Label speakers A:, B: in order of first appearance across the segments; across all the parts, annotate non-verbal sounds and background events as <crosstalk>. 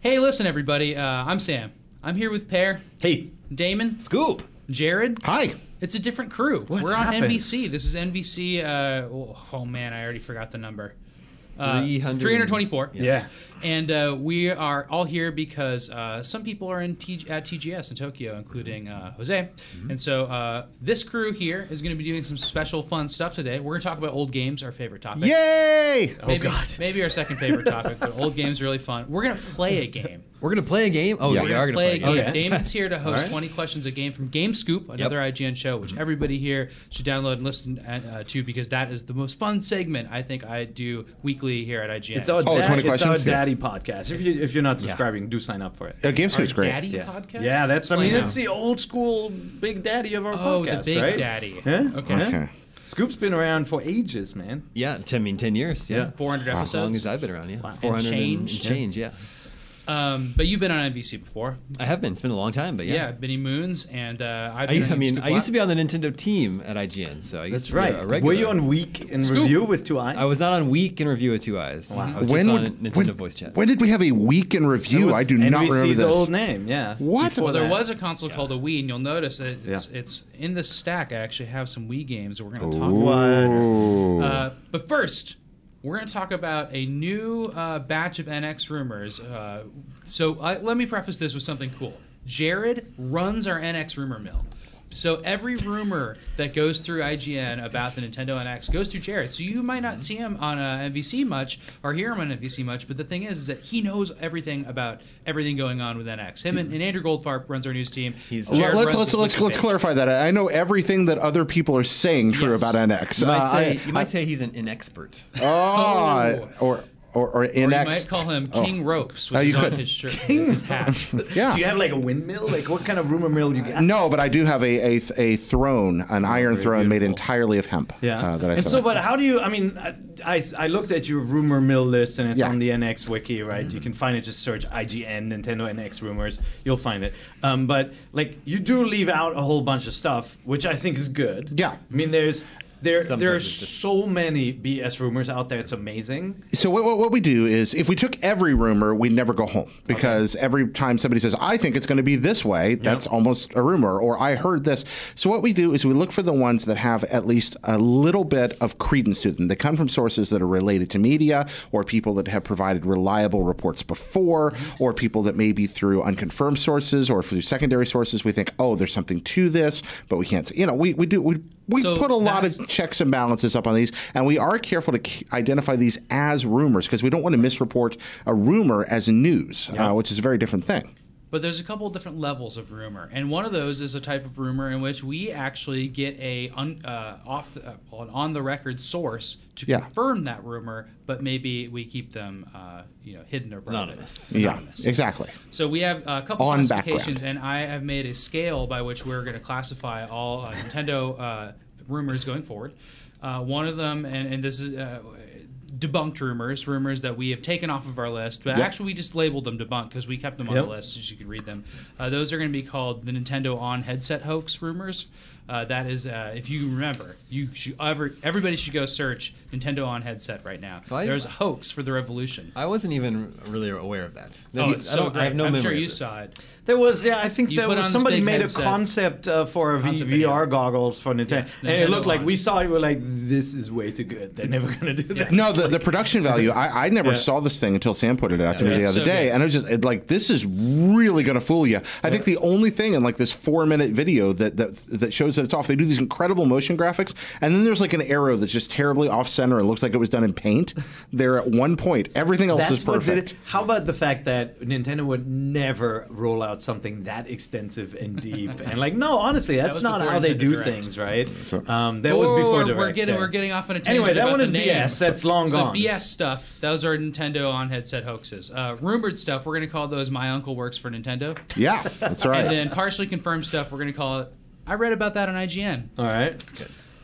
A: Hey, listen, everybody. Uh, I'm Sam. I'm here with Pear,
B: Hey,
A: Damon,
B: Scoop.
A: Jared.
B: Hi.
A: It's a different crew. We're on
B: happened?
A: NBC. This is NBC. Uh, oh, oh, man, I already forgot the number. Uh,
B: 300
A: 324.
B: Yeah.
A: And uh, we are all here because uh, some people are in T- at TGS in Tokyo, including uh, Jose.
B: Mm-hmm.
A: And so uh, this crew here is going to be doing some special fun stuff today. We're going to talk about old games, our favorite topic.
B: Yay!
A: Maybe, Maybe our second favorite topic, but old games are really fun. We're going to play a game.
C: We're gonna play a game. Oh,
B: Yeah.
C: we
B: We're
C: are
A: Play,
C: gonna play,
A: a game.
B: Okay.
A: Damon's here to host
C: Alright.
A: 20 questions a game from Game Scoop, another IGN show,
C: Mm-hmm.
A: which everybody here should download and listen uh, to because that is the most fun segment I think I do weekly here at IGN.
D: It's our,
B: Oh,
D: dad,
B: 20
D: it's
B: questions?
D: our daddy podcast. If, you, if you're not subscribing, do sign up for it.
B: Uh, GameScoop's
A: Our
B: great.
A: Daddy
D: Yeah.
A: podcast.
D: Yeah, that's, I
A: Why
D: mean,
A: now?
D: that's the old school big daddy of our
A: oh,
D: podcast,
A: the big
D: right?
A: daddy.
D: Huh?
A: Okay.
B: Okay.
D: Scoop's been around for ages, man.
C: Yeah, ten, I mean ten years. Yeah,
D: Yeah.
A: 400
C: Ah, as long
A: episodes.
C: as I've been around. Yeah,
D: And
C: four hundred and
A: change.
C: change. Yeah.
A: Um, but you've been on NBC before.
C: I have been. It's been a long time, but
A: Yeah,
C: yeah.
A: Benny Moons and uh, I've
C: I,
A: been on
C: I mean,
A: Scoop
C: I
A: Live.
C: used to be on the Nintendo team at IGN, so I used to be a regular.
D: Were you on Week in
A: Scoop.
D: Review with two eyes?
C: I was not on Week in Review with Two Eyes. I was just on Nintendo
B: when,
C: Voice Chat.
B: when did we have a week in
D: That
B: review?
D: was
B: I do not
D: NBC's
B: remember this.
D: old name, yeah.
B: What?
D: Before
A: Well, there
D: that.
A: was a console called a Wii, and you'll notice that it's,
D: Yeah.
A: it's in the stack. I actually have some Wii games that we're going to talk <laughs>
B: Ooh.
A: about. Uh, but first, we're going to talk about a new uh, batch of NX rumors. Uh, so I let me preface this with something cool. Jared runs our NX rumor mill. So every rumor that goes through IGN about the Nintendo NX goes through Jared. So you might not see him on uh, NBC much or hear him on NBC much, but the thing is, is that he knows everything about everything going on with NX. Him and, and Andrew Goldfarb runs our news team.
C: He's-
A: Jared
B: Let- let's
A: runs
B: let's
A: the
B: let's
A: Twitter
B: let's
A: page.
B: clarify that. I I know everything that other people are saying true
A: Yes.
B: about NX.
C: you might
B: Uh,
C: say,
B: I-
C: you might say he's an inexpert.
B: oh, or or or
A: Or
B: NX.
A: you might call him
B: Oh.
A: King Ropes, which
B: Oh, you
A: is on
B: could.
A: his shirt, his hat.
B: Yeah.
D: Do you have like a windmill? Like, what kind of rumor mill you got?
B: no, but I do have a a, a throne, an iron throne made
D: beautiful.
B: entirely of hemp.
D: Yeah.
B: uh, that I
D: and
B: set
D: so,
B: up.
D: but how do you? I mean, I, I, I looked at your rumor mill list, and it's
B: Yeah.
D: on the NX wiki, right?
A: Mm-hmm.
D: You can find it. Just search IGN Nintendo NX rumors. You'll find it. Um, but like, you do leave out a whole bunch of stuff, which I think is good.
B: Yeah.
D: I mean, there's. There,
C: Sometimes
D: there are
C: it's just-
D: so many BS rumors out there. It's amazing.
B: So what, what, what we do is if we took every rumor, we'd never go home because every time somebody says, I think it's going to be this way, that's almost a rumor or I heard this. So what we do is we look for the ones that have at least a little bit of credence to them. They come from sources that are related to media or people that have provided reliable reports before
A: Mm-hmm.
B: or people that maybe through unconfirmed sources or through secondary sources, we think, oh, there's something to this, but we can't, say-" you know, we, we do, we, we
A: So
B: put a lot of
A: that's-
B: checks and balances up on these, and we are careful to k- identify these as rumors because we don't want to misreport a rumor as news, uh, which is a very different thing.
A: But there's a couple of different levels of rumor, and one of those is a type of rumor in which we actually get a un, uh, off the, uh, well, an on the record source to
B: Yeah.
A: confirm that rumor, but maybe we keep them uh, you know hidden or private.
C: Anonymous.
A: Anonymous.
B: Yeah, exactly.
A: So we have a couple
B: On
A: classifications, and I have made a scale by which we're going to classify all uh, Nintendo uh, rumors going forward. Uh, one of them, and, and this is uh, debunked rumors, rumors that we have taken off of our list, but
B: Yep.
A: actually we just labeled them debunked because we kept them on
D: Yep.
A: the list so you could read them. Uh, those are going to be called the Nintendo on headset hoax rumors. Uh, that is, uh, if you remember, you should ever, everybody should go search Nintendo on headset right now.
C: I-
A: There's a hoax for the revolution.
C: I wasn't even really aware of that.
A: Oh,
C: This-
A: it's
C: I
A: so
C: don't- I have
A: great.
C: no
A: I'm
C: memory.
A: sure
C: of
A: you
C: this.
A: saw it.
D: There was, yeah, I think
A: You
D: there
A: put on
D: was
A: this
D: somebody
A: big
D: made
A: headset.
D: a concept uh, for a v-
A: Concept video.
D: VR goggles for Nintendo,
A: Yes,
D: and it
A: Nintendo
D: looked like
A: on.
D: we saw it. We were like, this is way too good. They're never gonna do that.
B: No, the, the production value, I, I never
D: Yeah.
B: saw this thing until Sam pointed it out to
A: Yeah.
B: me the
A: It's
B: other
A: so
B: day.
A: good.
B: And I was just it, like, this is really going to fool you. I think the only thing in like this four minute video that, that that shows that it's off, they do these incredible motion graphics. And then there's like an arrow that's just terribly off center and looks like it was done in paint. They're at one point. Everything else is
D: That's what
B: perfect.
D: did it. How about the fact that Nintendo would never roll out something that extensive and deep? and like, no, honestly, that's
A: was
D: not
A: before
D: how they
A: Nintendo
D: do
A: Direct.
D: things, right?
B: So-
D: Um, that
A: Whoa,
D: was
A: whoa, whoa,
D: before
A: we're,
D: Direct.
A: we're getting
D: yeah.
A: we're getting off on a tangent.
D: Anyway, that
A: about
D: one
A: the
D: is
A: name.
D: BS. That's long
A: so
D: gone.
A: BS stuff. Those are Nintendo on headset hoaxes. Uh, rumored stuff. We're gonna call those "My Uncle Works for Nintendo,"
B: Yeah, that's
A: <laughs>
B: right.
A: and then partially confirmed stuff. We're gonna call it. I read about that on IGN.
D: All right.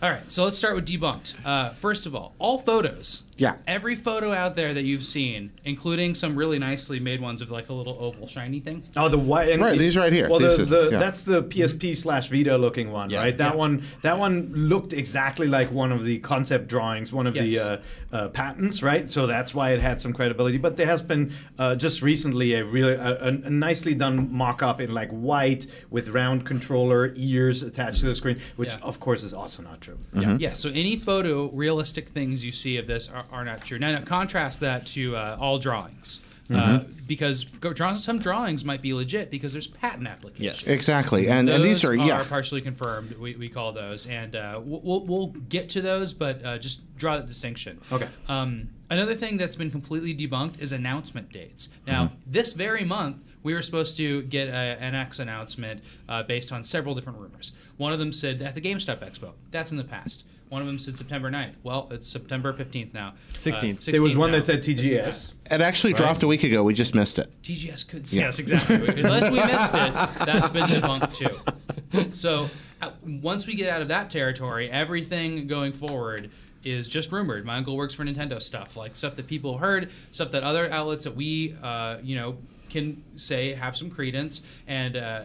A: All right, so let's start with debunked. Uh, first of all, all photos
B: Yeah.
A: Every photo out there that you've seen, including some really nicely made ones of like a little oval shiny thing.
D: Oh, the white.
B: Right, these right here.
D: Well,
B: This
D: the,
B: is-
D: the,
B: yeah.
D: that's the PSP slash Vita looking one,
C: Yeah.
D: right? That
A: Yeah.
D: one. That one looked exactly like one of the concept drawings, one of
A: Yes.
D: the uh, uh, patents, right? So that's why it had some credibility. But there has been uh, just recently a really a, a a nicely done mock-up in like white with round controller ears attached to the screen, which
A: Yeah.
D: of course is also not true.
B: Mm-hmm.
A: Yeah. So any photo realistic things you see of this are, are not true. Now, now contrast that to uh, all drawings. Uh,
B: Mm-hmm.
A: because go- draw- some drawings might be legit because there's patent applications.
C: Yes.
B: Exactly. And, and these are,
A: Those
B: yeah.
A: partially confirmed. We, we call those, and uh, we'll- we'll we'll get to those, but uh, just draw that distinction.
D: Okay.
A: Um, another thing that's been completely debunked is announcement dates. Now, this very month, we were supposed to get a, an X announcement uh, based on several different rumors. One of them said at the GameStop Expo. That's in the past. One of them said September 9th. Well, it's September 15th now. Uh,
C: 16th.
D: There was one
A: now.
D: that said TGS.
B: It actually dropped a week ago. We just missed it.
A: TGS could see. Yes, exactly. Unless we missed it, that's been debunked too. So uh, once we get out of that territory, everything going forward is just rumored. My uncle works for Nintendo stuff, like stuff that people heard, stuff that other outlets that we, uh, you know, can say have some credence. And uh,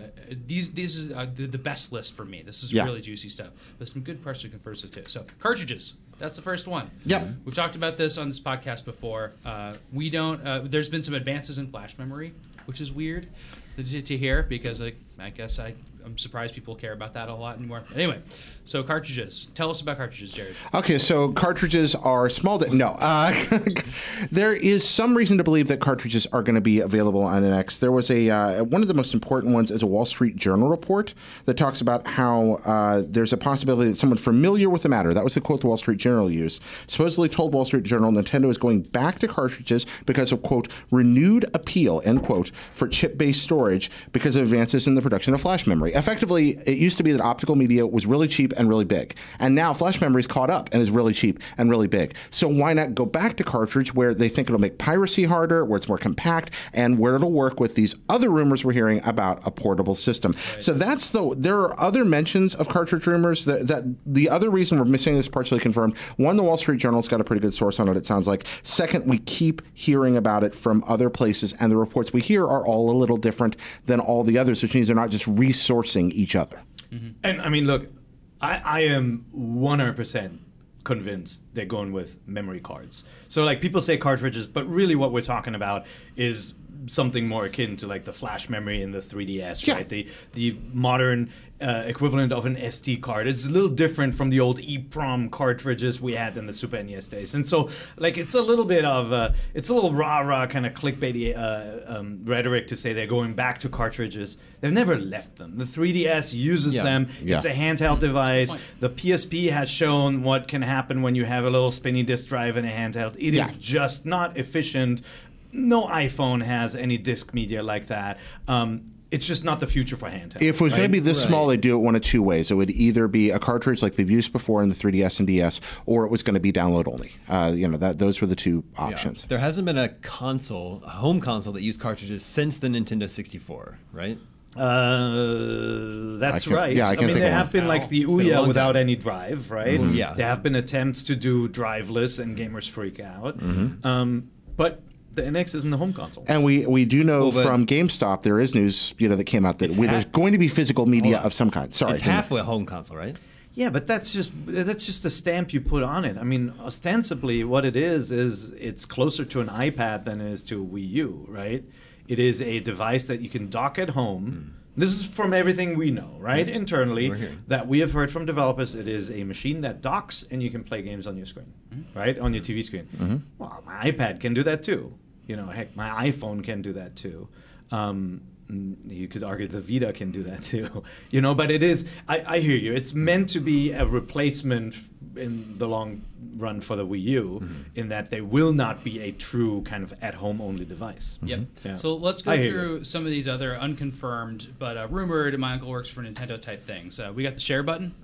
A: these these is uh, the, the best list for me. This is
B: Yeah.
A: really juicy stuff. There's some good parts to converse with too. So cartridges. That's the first one.
B: Yep.
A: Mm-hmm. We've talked about this on this podcast before. Uh, we don't. Uh, there's been some advances in flash memory, which is weird to, to hear because I, I guess I, I'm surprised people care about that a lot anymore. But anyway, so cartridges. Tell us about cartridges, Jared.
D: Mm-hmm.
B: Okay, so cartridges are small. Di- no, uh, <laughs> there is some reason to believe that cartridges are going to be available on NX. There was a uh, one of the most important ones is a Wall Street Journal report that talks about how uh, there's a possibility that someone familiar with the matter that was the quote the Wall Street Journal used supposedly told Wall Street Journal Nintendo is going back to cartridges because of quote renewed appeal end quote for chip-based storage because of advances in the production of flash memory. Effectively, it used to be that optical media was really cheap and really big, and now flash memory's caught up and is really cheap and really big. So why not go back to cartridge where they think it'll make piracy harder, where it's more compact, and where it'll work with these other rumors we're hearing about a portable system. So that's the there are other mentions of cartridge rumors that, that the other reason we're missing is partially confirmed. One, the Wall Street Journal's got a pretty good source on it, it sounds like. Second, we keep hearing about it from other places, and the reports we hear are all a little different than all the others, which means they're not just resourcing each other.
D: And I mean, look, I, I am 100% convinced they're going with memory cards. So, like, people say cartridges, but really what we're talking about is something more akin to like the flash memory in the 3DS,
B: Yeah.
D: right? The the modern uh, equivalent of an SD card. It's a little different from the old EEPROM cartridges we had in the Super NES days. And so, like, it's a little bit of uh, it's a little rah rah kind of clickbaity uh, um, rhetoric to say they're going back to cartridges. They've never left them. The 3DS uses
C: Yeah.
D: them.
B: Yeah. Mm-hmm.
D: It's a handheld device. The PSP has shown what can happen when you have a little spinny disk drive and a handheld. It is
B: Yeah.
D: just not efficient. No iPhone has any disk media like that. Um, it's just not the future for handheld.
B: If it was going to be this
C: Right.
B: small, they'd do it one of two ways. It would either be a cartridge like they've used before in the 3DS and DS, or it was going to be download only. Uh, you know, that those were the two options.
C: There hasn't been a console, a home console that used cartridges since the Nintendo 64, right?
D: Uh, that's
B: I can't-
D: right.
B: yeah, I
D: I,
B: can't
D: mean,
B: think
D: there
B: of one.
D: have been like the
C: been a
D: Ouya
C: long
D: without any drive, right?
B: Mm-hmm.
C: Yeah.
D: There have been attempts to do driveless, and gamers freak out.
B: Mm-hmm.
D: Um, but the NX isn't the home console.
B: And we, we do know
C: Well, but-
B: from GameStop there is news you know that came out that
D: It's
B: we,
D: ha-
B: there's going to be physical media of some kind. Sorry,
C: It's
B: didn't-
C: halfway home console, right?
D: Yeah, but that's just that's just the stamp you put on it. I mean, ostensibly, what it is is it's closer to an iPad than it is to a Wii U, right? It is a device that you can dock at home. This is from everything we know, right? Internally,
C: We're hearing.
D: that we have heard from developers, it is a machine that docks and you can play games on your screen, right? On your TV screen. Well, my iPad can do that too. You know, heck, my iPhone can do that too. Um, mm, you could argue the Vita can do that too. <laughs> You know, but it is, I, I hear you. It's meant to be a replacement f- in the long run for the Wii U, in that they will not be a true kind of at home only device.
A: Yep.
D: Yeah.
A: So let's go
D: I hear
A: through some of these other unconfirmed but uh, rumored. My uncle works for Nintendo type things. Uh, we got the share button.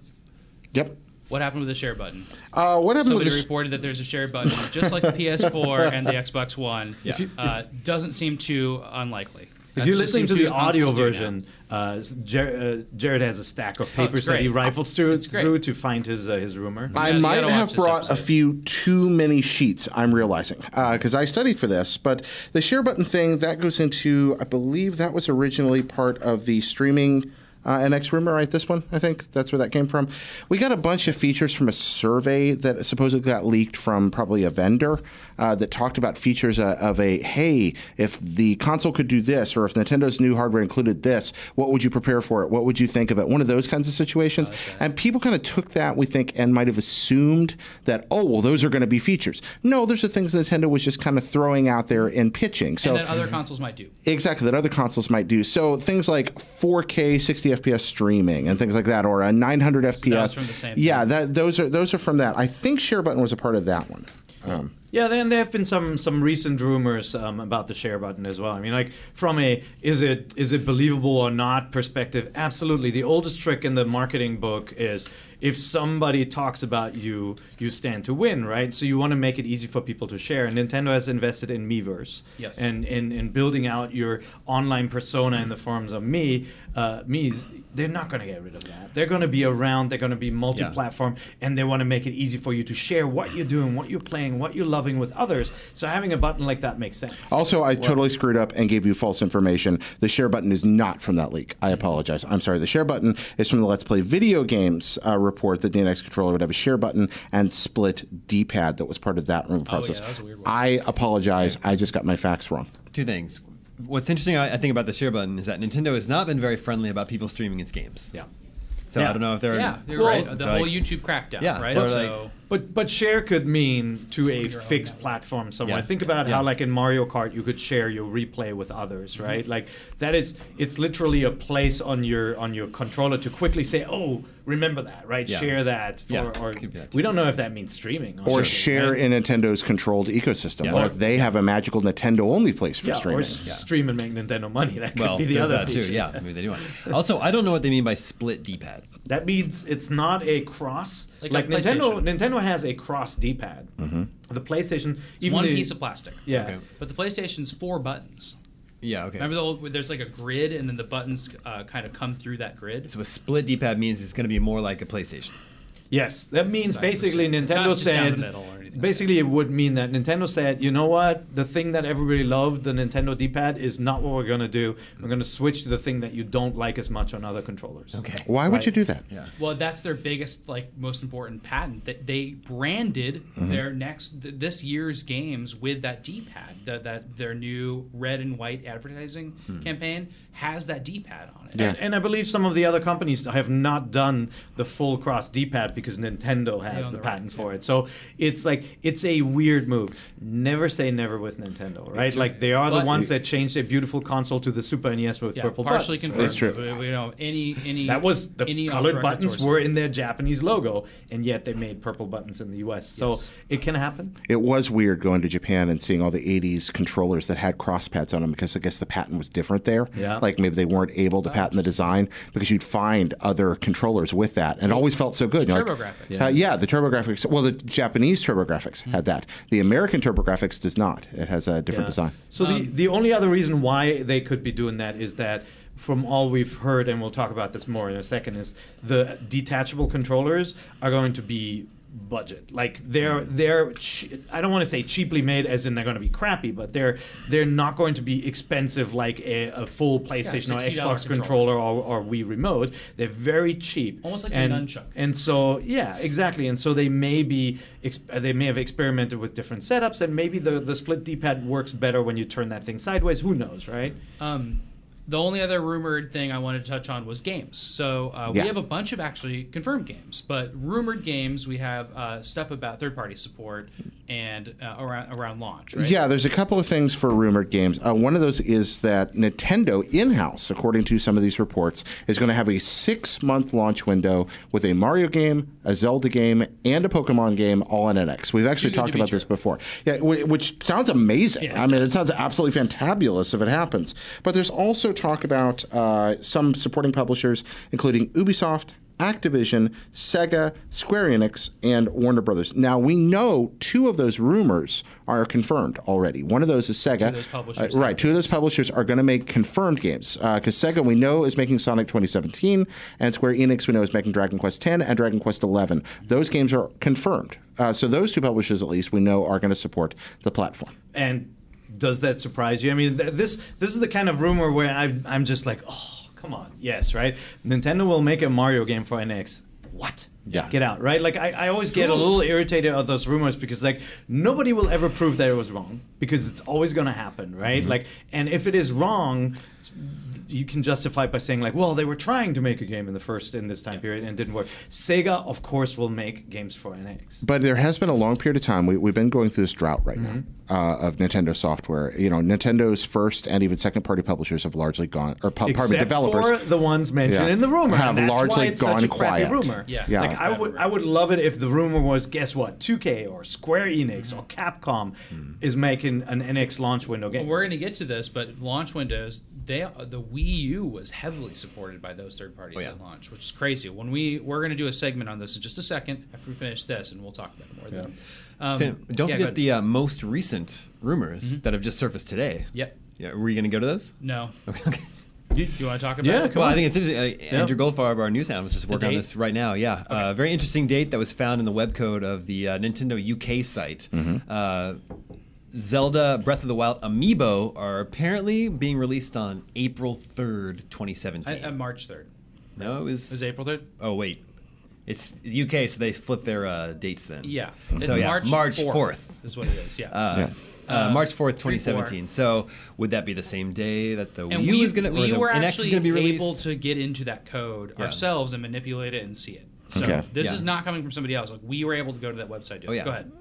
B: Yep.
A: What happened with the share button?
B: Uh, what happened
A: Somebody
B: with this?
A: reported that there's a share button,
D: <laughs>
A: just like the PS4 and the Xbox One.
C: Yeah.
A: Uh, doesn't seem too unlikely. That
D: If you're
A: just
D: listening
A: seems
D: to
A: be
D: the
A: a constant
D: audio
A: stew now.
D: version, uh, Jar- uh, Jared has a stack of
A: Oh, it's
D: papers that he
A: great.
D: rifles through,
A: great.
D: through to find his uh, his rumor.
A: gotta-
B: I
A: you
B: might
A: gotta watch
B: have
A: this
B: brought a
A: episode.
B: few too many sheets, I'm realizing, because I studied for this. But the share button thing, that goes into, I believe that was originally part of the streaming uh, NX rumor, right? This one, I think that's where that came from. We got a bunch of features from a survey that supposedly got leaked from probably a vendor uh, that talked about features uh, of a, hey, if the console could do this, or if Nintendo's new hardware included this, what would you prepare for it? What would you think of it? One of those kinds of situations. And people kind of took that, we think, and might have assumed that, oh, well, those are going to be features. No, those are things Nintendo was just kind of throwing out there and pitching. So
A: and that other consoles might do.
B: exactly that other consoles might do. So things like 4K 60 FPS streaming and things like that, or a 900 FPS.
A: that's from the same
B: Yeah, that, those are those are from that. I think Share Button was a part of that one. Um,
D: Yeah, then there have been some some recent rumors um, about the share button as well. I mean, like from a is it is it believable or not perspective, absolutely. The oldest trick in the marketing book is if somebody talks about you, you stand to win, right? So you want to make it easy for people to share. And Nintendo has invested in Miiverse,
A: Yes.
D: and in in building out your online persona in the forms of me, uh, me's. They're not going to get rid of that. They're going to be around. They're going to be multi-platform, and they want to make it easy for you to share what you're doing, what you're playing, what you're loving with others. So having a button like that makes sense.
B: also, I totally screwed up and gave you false information. The Share Button is not from that leak. I apologize. I'm sorry. The Share Button is from the Let's Play Video Games uh, report that the NX controller would have a Share Button and split D-pad that was part of that rumor process.
A: that was a weird one.
B: I apologize. I just got my facts wrong.
C: Two things. What's interesting, I I think, about the share button is that Nintendo has not been very friendly about people streaming its games.
D: yeah.
C: So
D: Yeah.
C: I don't know if they're
A: Yeah, you're
D: Well,
A: right. The
C: so,
A: whole
C: like,
A: YouTube crackdown,
C: Yeah,
A: right?
C: they're
A: so
C: like-
D: But but share could mean to a fixed platform somewhere.
C: Yeah.
D: Think about how
C: Yeah.
D: like in Mario Kart you could share your replay with others, right? Like that is it's literally a place on your on your controller to quickly say, "Oh, remember that, right?
C: Yeah.
D: Share that for
C: Yeah.
D: or
C: Could be that
D: we don't know if that means streaming
B: or
D: honestly,
B: share
D: right?
B: in Nintendo's controlled ecosystem,
C: Yeah.
B: or
C: Or-
B: if they have a magical Nintendo-only place for
D: yeah,
B: streaming.
D: or s- stream and make Nintendo money. That could
C: well,
D: be the
C: there's
D: other
C: that
D: feature.
C: too. Yeah, maybe they do. want- Also, I don't know what they mean by split D-pad.
D: That means it's not a cross.
A: Like
D: Like,
A: a
D: Nintendo,
A: PlayStation.
D: Nintendo has a cross D-pad. The PlayStation, even
A: one
D: the-
A: piece of plastic.
D: yeah.
C: Okay.
A: But the PlayStation's four buttons.
C: Yeah, okay.
A: Remember the old, where there's like a grid, and then the buttons uh, kind of come through that grid.
C: so a split D-pad means it's going to be more like a PlayStation.
D: Yes, that means basically
A: It's not
D: Nintendo
A: just down the
D: said.
A: middle or anything.
D: basically, it would mean that Nintendo said, you know what, the thing that everybody loved, the Nintendo D-pad, is not what we're gonna do. We're gonna switch to the thing that you don't like as much on other controllers.
C: Okay.
B: Why would
D: Right.
B: you do that?
C: Yeah.
A: Well, that's their biggest, like, most important patent that they branded
B: Mm-hmm.
A: their next th- this year's games with that D-pad. That that their new red and white advertising
B: Hmm.
A: campaign has that D-pad on it.
D: And, and I believe some of the other companies have not done the full cross D-pad because Nintendo has
A: own
D: the
A: the
D: patent
A: rights,
D: for it. So it's like it's a weird move. Never say never with Nintendo, right? Like they are
A: But-
D: the ones that changed their beautiful console to the Super NES with
A: Yeah,
D: purple
A: partially
D: buttons.
A: confirmed.
B: That's true.
A: but, You know, any any
D: That was the
A: any
D: colored
A: authorized
D: buttons
A: sources.
D: were in their Japanese logo, and yet they made purple buttons in the U.S.
A: Yes.
D: So it can happen.
B: It was weird going to Japan and seeing all the 80s controllers that had crosspads on them because I guess the patent was different there.
D: Yeah.
B: Like maybe they weren't able to patent the design because you'd find other controllers with that. And it always felt so good. You're like,
A: TurboGrafx.
B: uh, yeah, the TurboGrafx. Well, the Japanese TurboGrafx had that. The American TurboGrafx does not. It has a different design.
D: So the the only other reason why they could be doing that is that from all we've heard, and we'll talk about this more in a second, is the detachable controllers are going to be budget like they're they're che- i don't want to say cheaply made as in they're going to be crappy but they're they're not going to be expensive like a, a full playstation or
A: $60
D: xbox controller or, or wii remote they're very cheap
A: Almost like a
D: and,
A: nunchuck.
D: and so yeah exactly and so they may be ex- they may have experimented with different setups and maybe the, the split d-pad works better when you turn that thing sideways who knows right
A: Um, the only other rumored thing I wanted to touch on was games. So uh, we
B: Yeah.
A: have a bunch of actually confirmed games, but rumored games we have uh, stuff about third-party support and uh, around around launch. Right?
B: Yeah, there's a couple of things for rumored games. Uh, one of those is that Nintendo in house, according to some of these reports, is going to have a six month launch window with a Mario game, a Zelda game, and a Pokemon game all on NX. We've actually
A: good to
B: talked
A: be
B: about
A: true.
B: this before. Yeah, wh- which sounds amazing.
A: Yeah.
B: I mean, it sounds absolutely fantabulous if it happens. But there's also talk about uh, some supporting publishers, including Ubisoft. Activision, Sega, Square Enix, and Warner Brothers. Now we know two of those rumors are confirmed already. One of those is Sega.
A: those publishers
B: Uh, right. Two of those publishers are going to make confirmed games because Sega we know is making Sonic 2017, and Square Enix we know is making Dragon Quest X and Dragon Quest XI. Those games are confirmed. Uh, so those two publishers, at least, we know are going to support the platform.
D: And does that surprise you? I mean, th- this this is the kind of rumor where I, I'm just like, oh, come on, yes, right? Nintendo will make a Mario game for NX. What?
B: Yeah.
D: Get out, right? Like, I, I always get a little irritated at those rumors because, like, nobody will ever prove that it was wrong because it's always going to happen, right? Like, and if it is wrong, you can justify it by saying like, well, they were trying to make a game in the first in this time period and it didn't work. Sega, of course, will make games for NX.
B: But there has been a long period of time. We, we've been going through this drought right
D: Mm-hmm.
B: now uh, of Nintendo software. You know, Nintendo's first and even second party publishers have largely gone, or pu- pardon me,
D: Except
B: developers.
D: for the ones mentioned
B: Yeah.
D: in the rumor
B: Have
D: and that's
B: largely
D: why it's
B: gone
D: such a crappy
B: quiet.
D: Rumor,
A: Yeah.
B: Yeah.
D: Like I would, I would love it if the rumor was, guess what, 2K or Square Enix or Capcom
B: Hmm.
D: is making an NX launch window game.
A: We're going to get to this, but launch windows, they the Wii U was heavily supported by those third parties
C: Oh, yeah.
A: at launch, which is crazy. When we we're going to do a segment on this in just a second after we finish this, and we'll talk about it more. Then. Um,
C: Sam, don't
A: yeah, go
C: forget
A: ahead.
C: the uh, most recent rumors that have just surfaced today.
A: Yep.
C: Mm-hmm. Yeah, were you going to go to those?
A: No.
C: Okay. okay.
A: You, you want to talk about?
D: Yeah,
A: it?
D: come
C: well,
D: on.
C: I think it's interesting. Uh, Andrew Goldfarb, our news analyst, is working on
A: date?
C: this right now. Yeah, uh, very interesting date that was found in the web code of the uh, Nintendo UK site.
A: Mm-hmm.
C: Uh, Zelda Breath of the Wild amiibo are apparently being released on April third, twenty
A: I,
C: seventeen.
A: uh, March third.
C: no, it was,
A: Is it April third?
C: Oh wait, it's UK, so they flip their uh, dates then.
A: Yeah.
C: So,
A: It's
C: yeah,
A: March
C: March
A: 4th,
C: 4th.
A: is what it is. Yeah.
C: Uh, Uh, March 4th, 2017.
A: four.
C: So, would that be the same day that the
A: and
C: Wii U
A: we,
C: is going to
A: we were
C: NX
A: actually
C: is going to be released?
A: able to get into that code
C: Yeah.
A: ourselves and manipulate it and see it. So
B: Okay.
A: this
C: Yeah.
A: is not coming from somebody else. Like we were able to go to that website. Do
C: Oh,
A: it.
C: yeah.
A: Go ahead.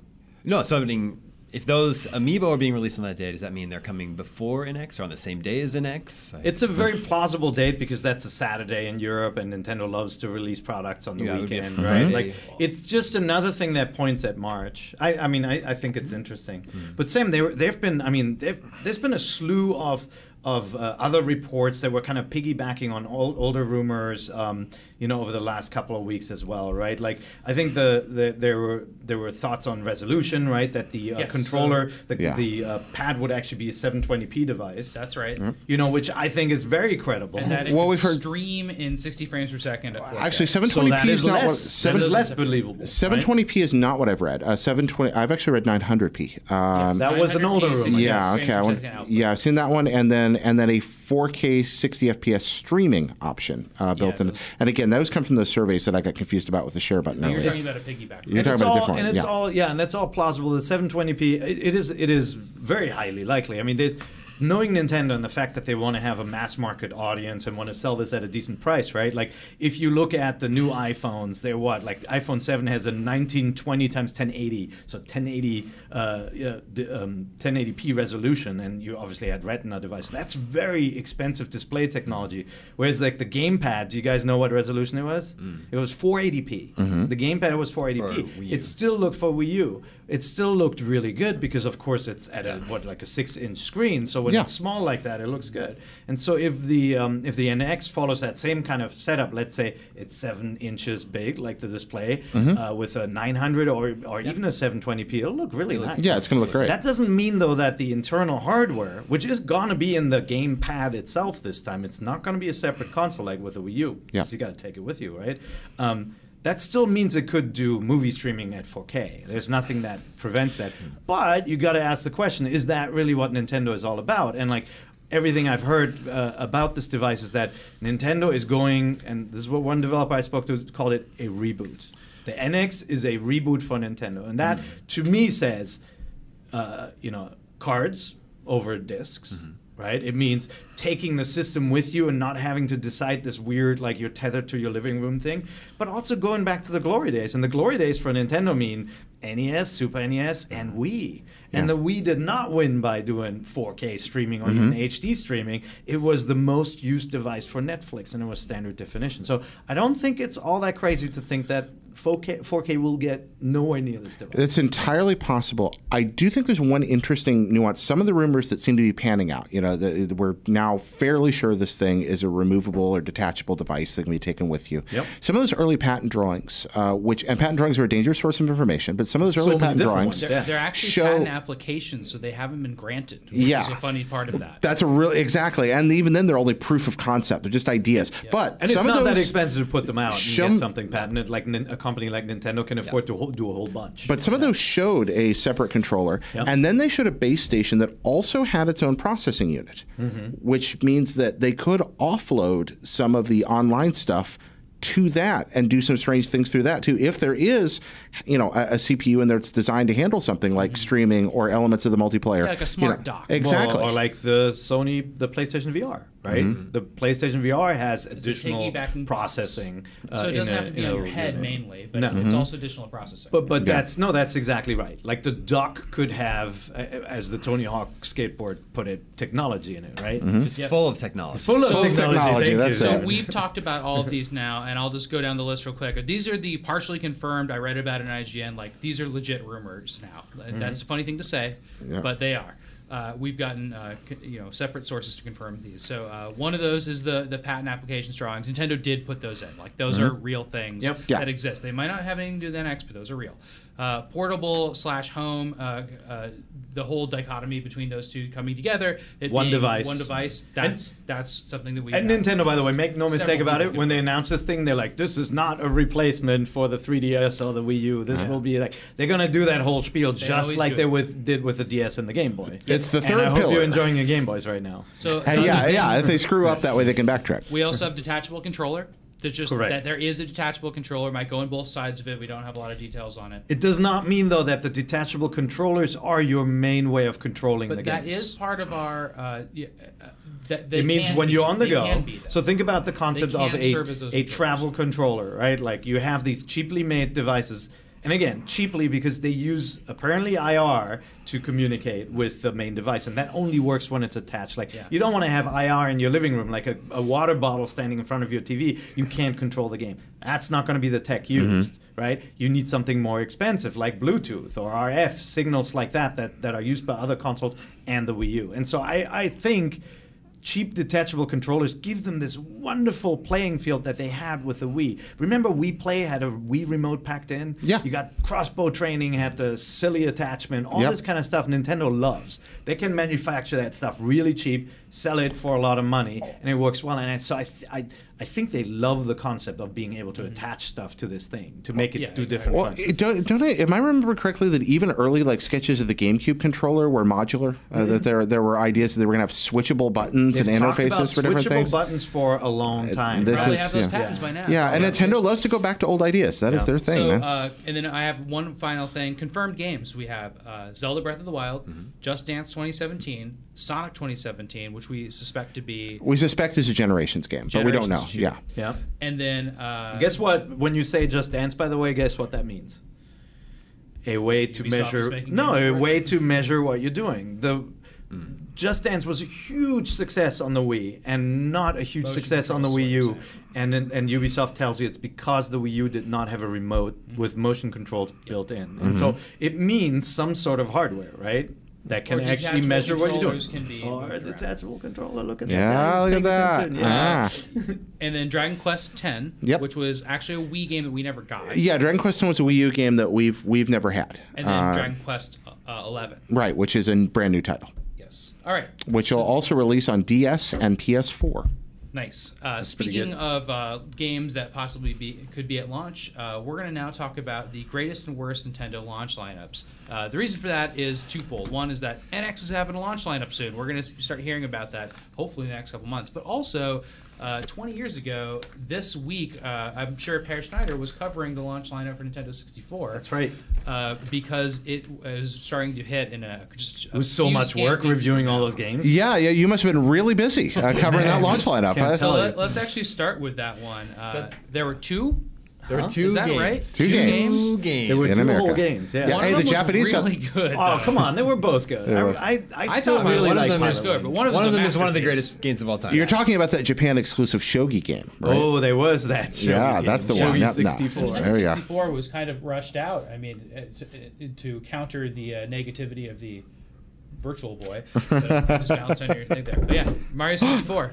C: No, so I mean, if those amiibo are being released on that day, does that mean they're coming before NX or on the same day as NX? I-
D: It's a very plausible date because that's a Saturday in Europe, and Nintendo loves to release products on the
C: Yeah, it would be a
D: weekend,
C: fun
D: right?
C: Saturday.
D: Like, it's just another thing that points at March. I, I mean, I, I think it's interesting.
C: Hmm.
D: But Sam, they, were- they've been, I mean, they've, there's been a slew of of uh, other reports that were kind of piggybacking on all, older rumors, um, you know, over the last couple of weeks as well, right? Like, I think the, the there were there were thoughts on resolution, right? That the uh,
A: Yes, so-
D: controller, the,
B: Yeah.
D: the uh, pad would actually be a 720p device
A: That's right.
D: you know, which I think is very credible.
A: And that it
B: Mm-hmm. Well,
A: can
B: we've heard-
A: stream in 60 frames per second. At 4K.
B: Actually,
D: so
B: 720p
D: that
B: is
D: is
B: not what
D: less, that
B: seven-
D: is less believable.
B: 720p is not what I've read. Uh, 720. I've actually read 900p. Um,
D: That was an older
A: 986
D: rumor.
B: yeah.
A: frames per
B: Okay. I
A: second
B: want,
A: output.
B: yeah, I've seen that one, and then and then a 4K 60 FPS streaming option uh, built in.
A: those-
B: And again, those come from those surveys that I got confused about with the share button.
A: You're
B: earlier.
A: talking about a piggyback.
B: You're
A: right?
D: and
B: talking
D: it's
B: about a
D: all,
B: different
D: and
B: one,
D: it's
B: yeah.
D: all, yeah, and that's all plausible. The 720p, it, it is, it is very highly likely. I mean, there's knowing Nintendo and the fact that they want to have a mass market audience and want to sell this at a decent price, right? Like, if you look at the new iPhones, they're what? Like, the iPhone 7 has a 1920 times 1080, so 1080, uh, yeah, d- um, 1080p resolution, and you obviously had Retina device. That's very expensive display technology. Whereas, like the gamepad, do you guys know what resolution it was? It was 480p. The gamepad was 480p.
C: Mm. Mm-hmm. For Wii U.
D: It's still looked for Wii U. It still looked really good because, of course, it's at a what like a six-inch screen. So when
B: Yeah.
D: it's small like that, it looks good. And so if the um, if the NX follows that same kind of setup, let's say it's seven inches big, like the display,
B: Mm-hmm.
D: uh, with a 900 or or even a 720p, it'll look really nice.
B: Yeah, it's going to look great.
D: That doesn't mean though that the internal hardware, which is gonna be in the gamepad itself this time, it's not gonna be a separate console like with a Wii U.
B: Yeah.
D: 'cause you gotta take it with you, right? Um, that still means it could do movie streaming at 4K. There's nothing that prevents that. But you gotta ask the question: Is that really what Nintendo is all about? And like. Everything I've heard uh, about this device is that Nintendo is going, and this is what one developer I spoke to called it a reboot. The NX is a reboot for Nintendo, and that to me says uh, you know, cards over disks right? It means taking the system with you and not having to decide this weird, like you're tethered to your living room thing, but also going back to the glory days. And the glory days for Nintendo mean NES, Super NES, and Wii. And the Wii did not win by doing 4K streaming or even HD streaming. It was the most used device for Netflix, and it was standard definition. So I don't think it's all that crazy to think that 4K, 4K will get nowhere near this device.
B: It's entirely possible. I do think there's one interesting nuance. Some of the rumors that seem to be panning out, you know, the, the- we're now now fairly sure this thing is a removable or detachable device that can be taken with you.
D: Yep.
B: Some of those early patent drawings, uh, which and patent drawings are a dangerous source of information, but some of those
D: So
B: early
D: many
B: patent
D: different
B: drawings.
D: ones,
A: They're,
D: Yeah.
A: they're actually
B: Show-
A: patent applications, so they haven't been granted. Which
B: Yeah.
A: is a funny part of that.
B: That's a real exactly, and even then they're only proof of concept. They're just ideas. But
D: And
B: some
D: it's not
B: of those,
D: that expensive to put them out and
B: Some-
D: get something patented. Like nin- a company like Nintendo can afford to ho- do a whole bunch.
B: But some of those showed a separate controller,
D: Yeah.
B: and then they showed a base station that also had its own processing unit,
D: Mm-hmm.
B: which means that they could offload some of the online stuff to that and do some strange things through that too. If there is, you know, a, a CPU in there that's designed to handle something like
D: Mm-hmm.
B: streaming or elements of the multiplayer,
A: like a
B: you
A: smart
B: know.
A: dock.
B: exactly. Mm-hmm.
D: Or, or like the Sony, the PlayStation VR, right? The PlayStation VR has additional
A: piggybacking-
D: processing. uh,
A: so it
D: in
A: doesn't
D: a-
A: have to be
D: in
A: on
D: a-
A: your head
D: in a-
A: mainly, but
D: No.
A: it's
B: Mm-hmm.
A: also additional processing.
D: But but
B: Yeah.
D: that's no, that's exactly right. Like the dock could have, uh, as the Tony Hawk skateboard put it, technology in it, right?
C: Just
A: Yep.
C: full of technology.
D: Full of
A: So-
D: technology.
B: Mm-hmm. Technology,
D: thank
B: that's
D: you.
A: So
B: Yeah.
A: we've
D: <laughs>
A: talked about all of these now, and I'll just go down the list real quick. These are the partially confirmed. I read about in IGN. Like these are legit rumors now.
D: Mm-hmm.
A: That's a funny thing to say,
B: Yeah.
A: but they are. Uh, we've gotten uh, c- you know separate sources to confirm these. So uh, one of those is the the patent applications drawings. Nintendo did put those in. Like those are real things
D: Mm-hmm. Yep.
B: Yeah.
A: that exist. They might not have anything to do with NX, but those are real. Uh, portable slash home. Uh, uh, the whole dichotomy between those two coming together. It
D: One
A: being
D: device.
A: One device. That's that's something that we
D: And Nintendo, by the way, make no mistake
A: Several
D: about it.
A: people
D: When they announced this thing, they're like, "This is not a replacement for the 3DS or the Wii U. This will be like they're gonna do that whole spiel just
A: always
D: like
A: do
D: they
A: it.
D: with did with the DS and the Game Boy."
B: It's the
D: and
B: third
D: I hope
B: pillar.
D: you're enjoying your Game Boys right now.
A: So,
B: And
A: so
B: yeah,
A: the-
B: yeah. If they screw up that way, they can backtrack.
A: We also have detachable controller. There's just
D: Correct.
A: that there is a detachable controller. It might go on both sides of it. We don't have a lot of details on it.
D: It does not mean though that the detachable controllers are your main way of controlling the
A: But that
D: games.
A: is part of our. Uh, yeah, uh, that they
D: it means
A: can
D: when
A: be-
D: you're on the
A: they
D: go.
A: can be that.
D: So think about the concept
A: They
D: of
A: can
D: a,
A: serve as those
D: a
A: controllers.
D: travel controller, right? Like you have these cheaply made devices, and again, cheaply because they use apparently IR to communicate with the main device, and that only works when it's attached. Like
A: Yeah.
D: you don't want to have IR in your living room, like a, a water bottle standing in front of your TV. You can't control the game. That's not going to be the tech used, right? You need something more expensive, like Bluetooth or RF signals like that that, that are used by other consoles and the Wii U. And so I, I think cheap detachable controllers give them this wonderful playing field that they had with the Wii. Remember Wii Play had a Wii remote packed in?
B: Yeah.
D: You got crossbow training, had the silly attachment, all
B: Yep.
D: this kind of stuff Nintendo loves. They can manufacture that stuff really cheap, sell it for a lot of money, and it works well. And I, so I, th- I, I think they love the concept of being able to attach stuff to this thing to make it
A: yeah,
D: do
A: yeah.
D: different
B: Well,
D: functions.
B: it- don't, don't I? Am I remember correctly that even early like sketches of the GameCube controller were modular? Uh, that there there were ideas that they were going to have switchable
D: Mm-hmm.
B: buttons
D: They've
B: and
D: talked
B: interfaces
D: about
B: for different
D: switchable
B: things. Uh,
D: buttons for a long time.
B: this
A: probably
B: is-
A: have those
B: yeah.
A: patents by now.
B: yeah, and Nintendo loves to go back to old ideas. That is
D: Yeah.
B: their thing,
A: so,
B: man.
A: Uh, and then I have one final thing. Confirmed games. We have uh, Zelda Breath of the Wild,
B: Mm-hmm.
A: Just Dance 2017, Sonic 2017, which we suspect to be.
B: we suspect it's a generations game, but we don't know.
A: Generations
B: Yeah,
A: shooter.
D: yeah.
A: And then. Uh,
D: Guess what? When you say "just dance," by the way, guess what that means? A way to
A: Ubisoft is
D: measure.
A: making games
D: No,
A: Hmm.
D: a
A: for it.
D: way to measure what you're doing. The Just Dance was a huge success on the Wii, and not a huge
A: Motion
D: success on the
A: controls,
D: Wii U.
A: what I'm saying.
D: And then- and Ubisoft tells you it's because the Wii U did not have a remote
A: Hmm.
D: with motion controls built in,
B: Mm-hmm.
D: and so it means some sort of hardware, right? That can
A: Or
D: actually
A: detachable
D: measure what you're doing.
A: controllers can be
D: or
A: moved
D: a
A: around.
D: detachable controller. Look at that.
B: Yeah,
D: guy, he's
B: look at
D: paying
B: that.
D: attention.
B: Ah.
A: And then Dragon Quest X,
B: Yep.
A: which was actually a Wii game that we never got.
B: yeah. Dragon Quest One was a Wii U game that we've we've never had.
A: And then
B: Uh,
A: Dragon Quest uh, 11.
B: right, which is a brand new title,
A: Yes. All right.
B: which will also release on DS and PS4.
A: Nice. Uh,
D: pretty
A: speaking
D: good.
A: of uh, games that possibly be could be at launch, uh, we're going to now talk about the greatest and worst Nintendo launch lineups. Uh, the reason for that is twofold. One is that NX is having a launch lineup soon. We're going to start hearing about that hopefully in the next couple months. But also, uh, 20 years ago this week, uh, I'm sure Per Schneider was covering the launch lineup for Nintendo 64.
D: That's right.
A: Uh, because it was starting to hit in a just
D: It was so much work reviewing all those games.
B: Yeah, yeah. You must have been really busy uh, covering that launch lineup.
D: Can't tell.
B: huh?
A: So let, us actually start with that one. Uh,
C: That's-
A: there were two.
C: There were two
A: Is that
C: games.
A: right?
B: Two games.
C: Two games.
D: There were
B: In
D: two
B: America.
D: whole games. Yeah.
B: Yeah,
A: One
B: hey,
A: of
B: the
A: them was
B: Japanese got-
A: really good.
D: Oh
A: though.
D: come on, they were both good.
B: They were.
D: I, I, I,
C: I
D: still
C: thought really
D: really
C: one of
D: like
C: them is
D: Pilot
A: good, but
D: Wings.
A: one of
C: One of
A: them's a
C: them is one of the
A: masterpiece.
C: greatest games of all time.
B: You're talking about that Japan exclusive Shogi game, right?
D: Oh, there was that. Shogi
B: Yeah,
D: game,
B: that's the
D: Shogi
B: one. Not- not-
D: 64.
B: There you
A: Nintendo
B: go.
A: 64 was kind of rushed out. I mean, uh, to, uh, to counter the uh, negativity of the Virtual
B: <laughs>
A: Boy. that just bounced on your thing there. But yeah, Mario 64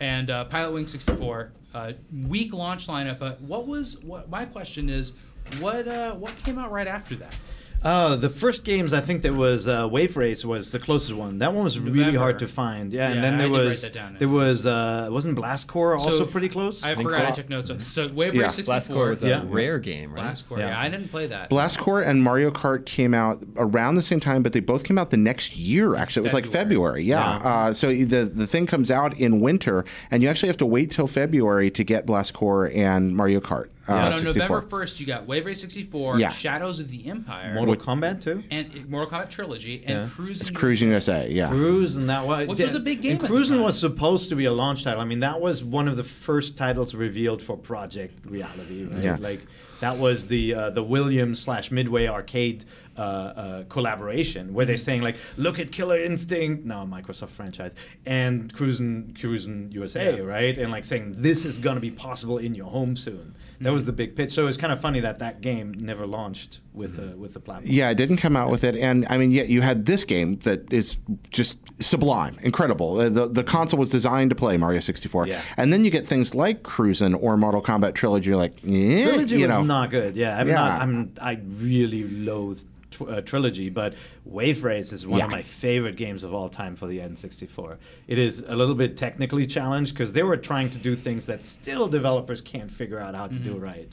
A: and uh, Pilot Wing 64. Uh, weak launch lineup. But what was what? My question is, what uh, what came out right after that?
D: Uh, the first games I think that was uh, Wave Race was the closest one. That one was really
A: November.
D: hard to find. Yeah,
A: Yeah,
D: and then
A: I
D: there
A: did write
D: was
A: that down.
D: there was uh, wasn't Blast Core also pretty close?
A: I
C: Think
A: forgot I
C: so.
A: took notes on this. So Wave
B: Yeah.
A: Race 64.
C: Blast Core was a
D: Yeah.
C: rare game, right?
A: Blast Core,
D: Yeah.
A: yeah, I didn't play that.
B: Blastcore and Mario Kart came out around the same time, but they both came out the next year. Actually, it was like
A: February.
B: February. Yeah. Uh, so the the thing comes out in winter, and you actually have to wait till February to get Blastcore and Mario Kart. Uh,
A: but on
B: 64.
A: November 1st, you got Wave Race 64,
B: Yeah.
A: Shadows of the Empire,
D: Mortal Kombat too.
A: and Mortal Kombat Trilogy, and
D: Yeah.
A: Cruising.
B: Cruising USA. Yeah.
D: Cruise and that was
A: Which was a big game
D: And
A: at the
D: Cruising
A: time.
D: was supposed to be a launch title. I mean, that was one of the first titles revealed for Project Reality. Right?
B: Yeah.
D: Like that was the uh, the Williams slash Midway Arcade uh, uh, collaboration where they're saying like, look at Killer Instinct, now Microsoft franchise, and Cruising Cruising USA,
A: Yeah.
D: right? And like saying this is gonna be possible in your home soon. That
A: Mm-hmm.
D: was the big pitch. So it's kind of funny that that game never launched with the with the platform.
B: Yeah, it didn't come out with it, and I mean, yet you had this game that is just sublime, incredible. Uh, The the console was designed to play Mario sixty four,
D: Yeah.
B: and then you get things like Cruisin' or Mortal Kombat Trilogy. You're like, eh,
D: Trilogy
B: you
D: was
B: know,
D: not good. Yeah, I'm
B: Yeah.
D: not. I'm. I really loathe tw- uh, trilogy, but Wave Race is one of
B: Yeah.
D: my favorite games of all time for the N64. It is a little bit technically challenged because they were trying to do things that still developers can't figure out how to do right.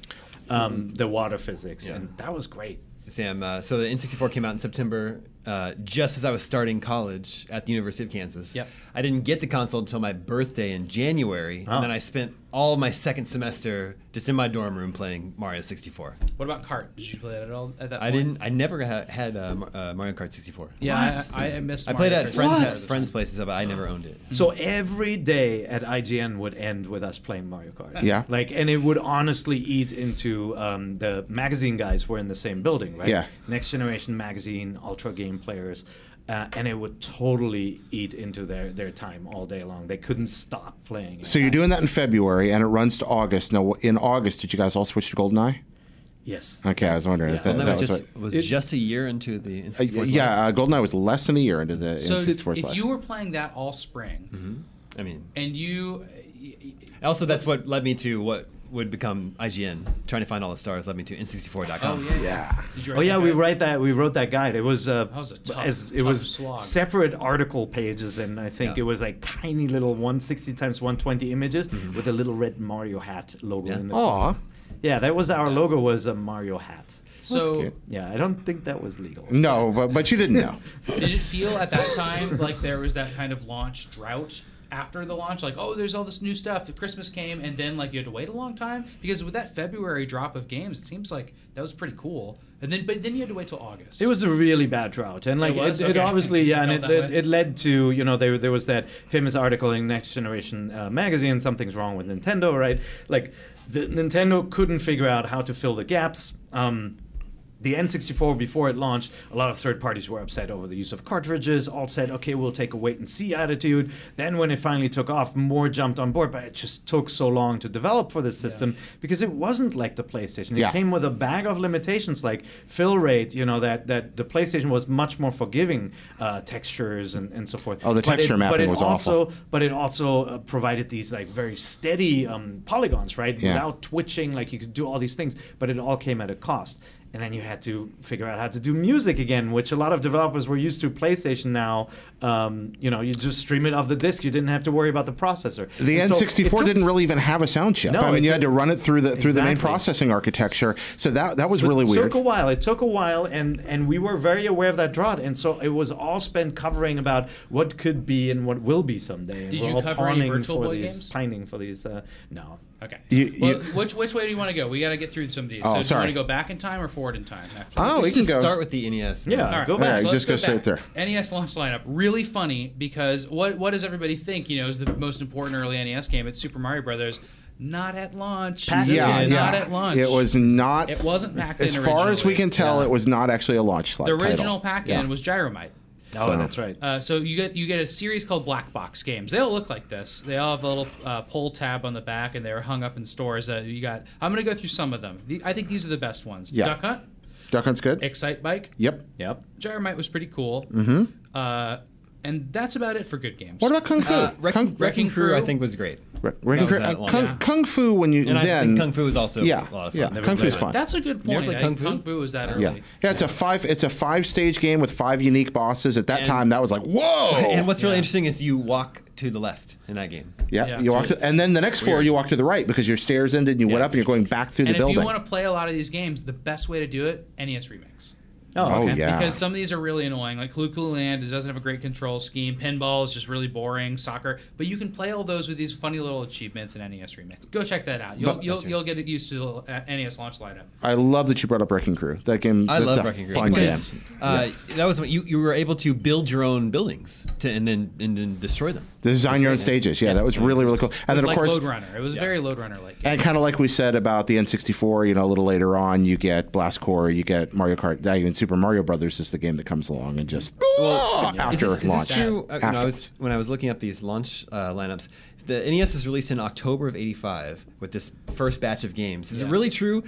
D: Um, the water physics, and that was great.
C: Sam. Uh, so the N64 came out in September, uh, just as I was starting college at the University of Kansas.
A: Yep.
C: I didn't get the console until my birthday in January,
D: Oh.
C: and then I spent all my second semester just in my dorm room playing Mario 64.
A: What about Kart? Did you play that at all at that
C: I
A: point?
C: didn't. I never ha- had uh, Mar- uh, Mario Kart 64.
A: Yeah,
D: What?
A: I, I, I missed.
C: I played
A: Mario
C: it at
A: Kart.
C: friends'
A: What?
C: at friends' places, but I never owned it.
D: So every day at IGN would end with us playing Mario Kart.
B: Yeah.
D: Like, and it would honestly eat into um, the magazine guys were in the same building, right?
B: Yeah.
D: Next Generation Magazine, Ultra Game Players. Uh, and it would totally eat into their, their time all day long. They couldn't stop playing. it.
B: So you're doing that in February, and it runs to August. Now, in August, did you guys all switch to GoldenEye?
D: yes.
B: Okay, I was wondering.
D: Yeah,
B: if
D: well,
B: that,
C: Well,
B: that
C: that was
B: was
C: just was just a year into the
B: what, uh,
C: N64.
B: yeah, uh, GoldenEye was less than a year into the
A: So
B: N64
A: if
B: slash.
A: you were playing that all spring,
C: I mean,
A: and you,
C: also that's what led me to what would become IGN. Trying to find all the stars led me to
A: oh
C: N64.com.
A: yeah,
B: Yeah.
A: Did you
D: Oh yeah,
A: write
D: we
A: that?
D: write that. We wrote that guide. It was uh,
A: was a tough-
D: it
A: tough
D: was
A: slog.
D: separate article pages, and I think
C: Yeah.
D: it was like tiny little 160 times 120 images
A: Mm-hmm.
D: with a little red Mario hat logo
C: Yeah.
D: in the
B: Aw.
D: Yeah, that was our logo was a Mario hat.
A: So
B: cute.
D: Yeah, I don't think that was legal.
B: No, but but you
A: <laughs>
B: didn't know.
A: did it feel at that time like there was that kind of launch drought? After the launch, like, oh, there's all this new stuff. Christmas came, and then like you had to wait a long time because with that February drop of games, it seems like that was pretty cool. And then, but then you had to wait till August.
D: It was a really bad drought, and like
A: It
D: it,
A: was?
D: it,
A: Okay.
D: obviously, yeah, and
A: Felt
D: it,
A: that
D: it,
A: way.
D: it led to you know there there was that famous article in Next Generation uh, magazine, something's wrong with Nintendo, right? Like the Nintendo couldn't figure out how to fill the gaps. Um, the N64 before it launched, a lot of third parties were upset over the use of cartridges. All said, "Okay, we'll take a wait and see attitude." Then when it finally took off, more jumped on board, but it just took so long to develop for the system because it wasn't like the PlayStation. It
B: Yeah.
D: came with a bag of limitations like fill rate, you know, that, that the PlayStation was much more forgiving uh, textures and, and so forth.
B: Oh, the texture
D: it, but
B: mapping
D: it
B: was
D: also,
B: awful.
D: But it also uh, provided these like very steady um, polygons, right?
B: Yeah.
D: Without twitching, like you could do all these things, but it all came at a cost. And then you had to figure out how to do music again, which a lot of developers were used to. PlayStation now, um, you know, you just stream it off the disc. You didn't have to worry about the processor.
B: The
D: And so it
B: N64
D: took-
B: didn't really even have a sound chip.
D: No,
B: I
D: it
B: mean, you had to
D: didn't.
B: run it through the through the main
D: Exactly.
B: processing architecture. So that that was really
D: It
B: weird.
D: took a while. It took a while, and and we were very aware of that drought, and so it was all spent covering about what could be and what will be someday. And
A: Did
D: we're
A: you
D: all
A: cover any
D: pawning
A: Virtual
D: for
A: Boy
D: these,
A: games?
D: pining for these. Uh, no.
A: Okay.
B: You-
A: well,
B: you-
A: which which way do you want to go? We got to get through some of these.
B: Oh,
A: so do you want
B: sorry.
A: to go back in time or forward in time? After
B: Oh,
C: Let's
B: we can
C: just
B: go.
C: start with the E NES.
D: Yeah,
A: All right,
D: go
A: so
D: back.
B: Yeah,
A: let's
B: just go straight
A: back. NES launch lineup really funny because what what does everybody think? You know, is the most important early NES game? It's Super Mario Brothers. Not at launch.
D: Packed
A: This
D: in.
A: was
B: yeah, yeah.
A: not at launch.
B: It was not.
A: It wasn't packed
B: as
A: in
B: far as we
A: originally.
B: can tell, it was not actually a launch.
A: The original pack in
B: Yeah.
A: was Gyromite.
D: Oh,
B: So-
D: that's right.
A: Uh, so you get you get a series called Black Box Games. They all look like this. They all have a little uh, pull tab on the back, and they're hung up in stores. Uh, you got. I'm going to go through some of them. The, I think these are the best ones.
B: Yeah.
A: Duck Hunt,
B: Duck Hunt's good.
A: Excite Bike,
B: Yep.
D: Yep.
A: Gyromite was pretty cool. Uh, and that's about it for good games.
B: Mm-hmm. What about Kung Fu?
C: Uh, Wreck-
B: Kung,
C: Wrecking Crew,
A: Crew.
C: I think, was great.
B: Re- Wrecking
C: that was
B: Crew-
C: not
B: uh,
C: long.
B: Kung,
A: Yeah.
B: Kung Fu when you
C: And I
B: then
C: think Kung Fu is also
B: yeah
C: a lot of fun.
B: yeah
D: Never
B: Kung Fu
D: played
B: is
D: it.
B: fun.
A: That's a good
C: You ever
A: point.
C: play
A: I-
C: Kung Fu?
A: was that
B: Yeah,
A: early.
B: yeah. It's a five. It's a five stage game with five unique bosses. At
C: <laughs>
B: that
C: And-
B: time, that was like whoa.
C: And what's really
A: Yeah.
C: interesting is you walk to the left in that game.
B: yeah,
A: Yeah.
B: you walk to, and then the next floor you walk to the right because your stairs ended and you went
C: Yeah.
B: up and you're going back through
A: And if
B: the building.
A: you want to play a lot of these games, the best way to do it, E NES remakes.
B: oh yeah,
A: Because some of these are really annoying. Like Clue Clue Land it doesn't have a great control scheme. Pinball is just really boring. Soccer, but you can play all those with these funny little achievements in NES Remix. Go check that out. You'll
B: But-
A: you'll, you'll get used to the uh, NES launch lineup.
B: I love that you brought up Wrecking Crew. That game.
C: I
B: that's
C: love
B: a
C: Wrecking Crew.
B: Fun game.
C: because, Uh, That was when you, you were able to build your own buildings to, and then and then destroy them.
B: Design your own stages. Yeah, that was really really cool. And then of
A: like
B: course,
A: Load Runner, it was very Load Runner like.
B: And kind of like we said about the N64, you know, a little later on, you get Blast Core, you get Mario Kart, now even Super Mario Brothers is the game that comes along and just
C: Is
B: after
C: this, is
B: launch.
C: this true? Uh, when, I
B: Afterwards.
C: was, when I was looking up these launch uh, lineups, the NES was released in October of '85 with this first batch of games. Is it
A: Yeah.
C: really true?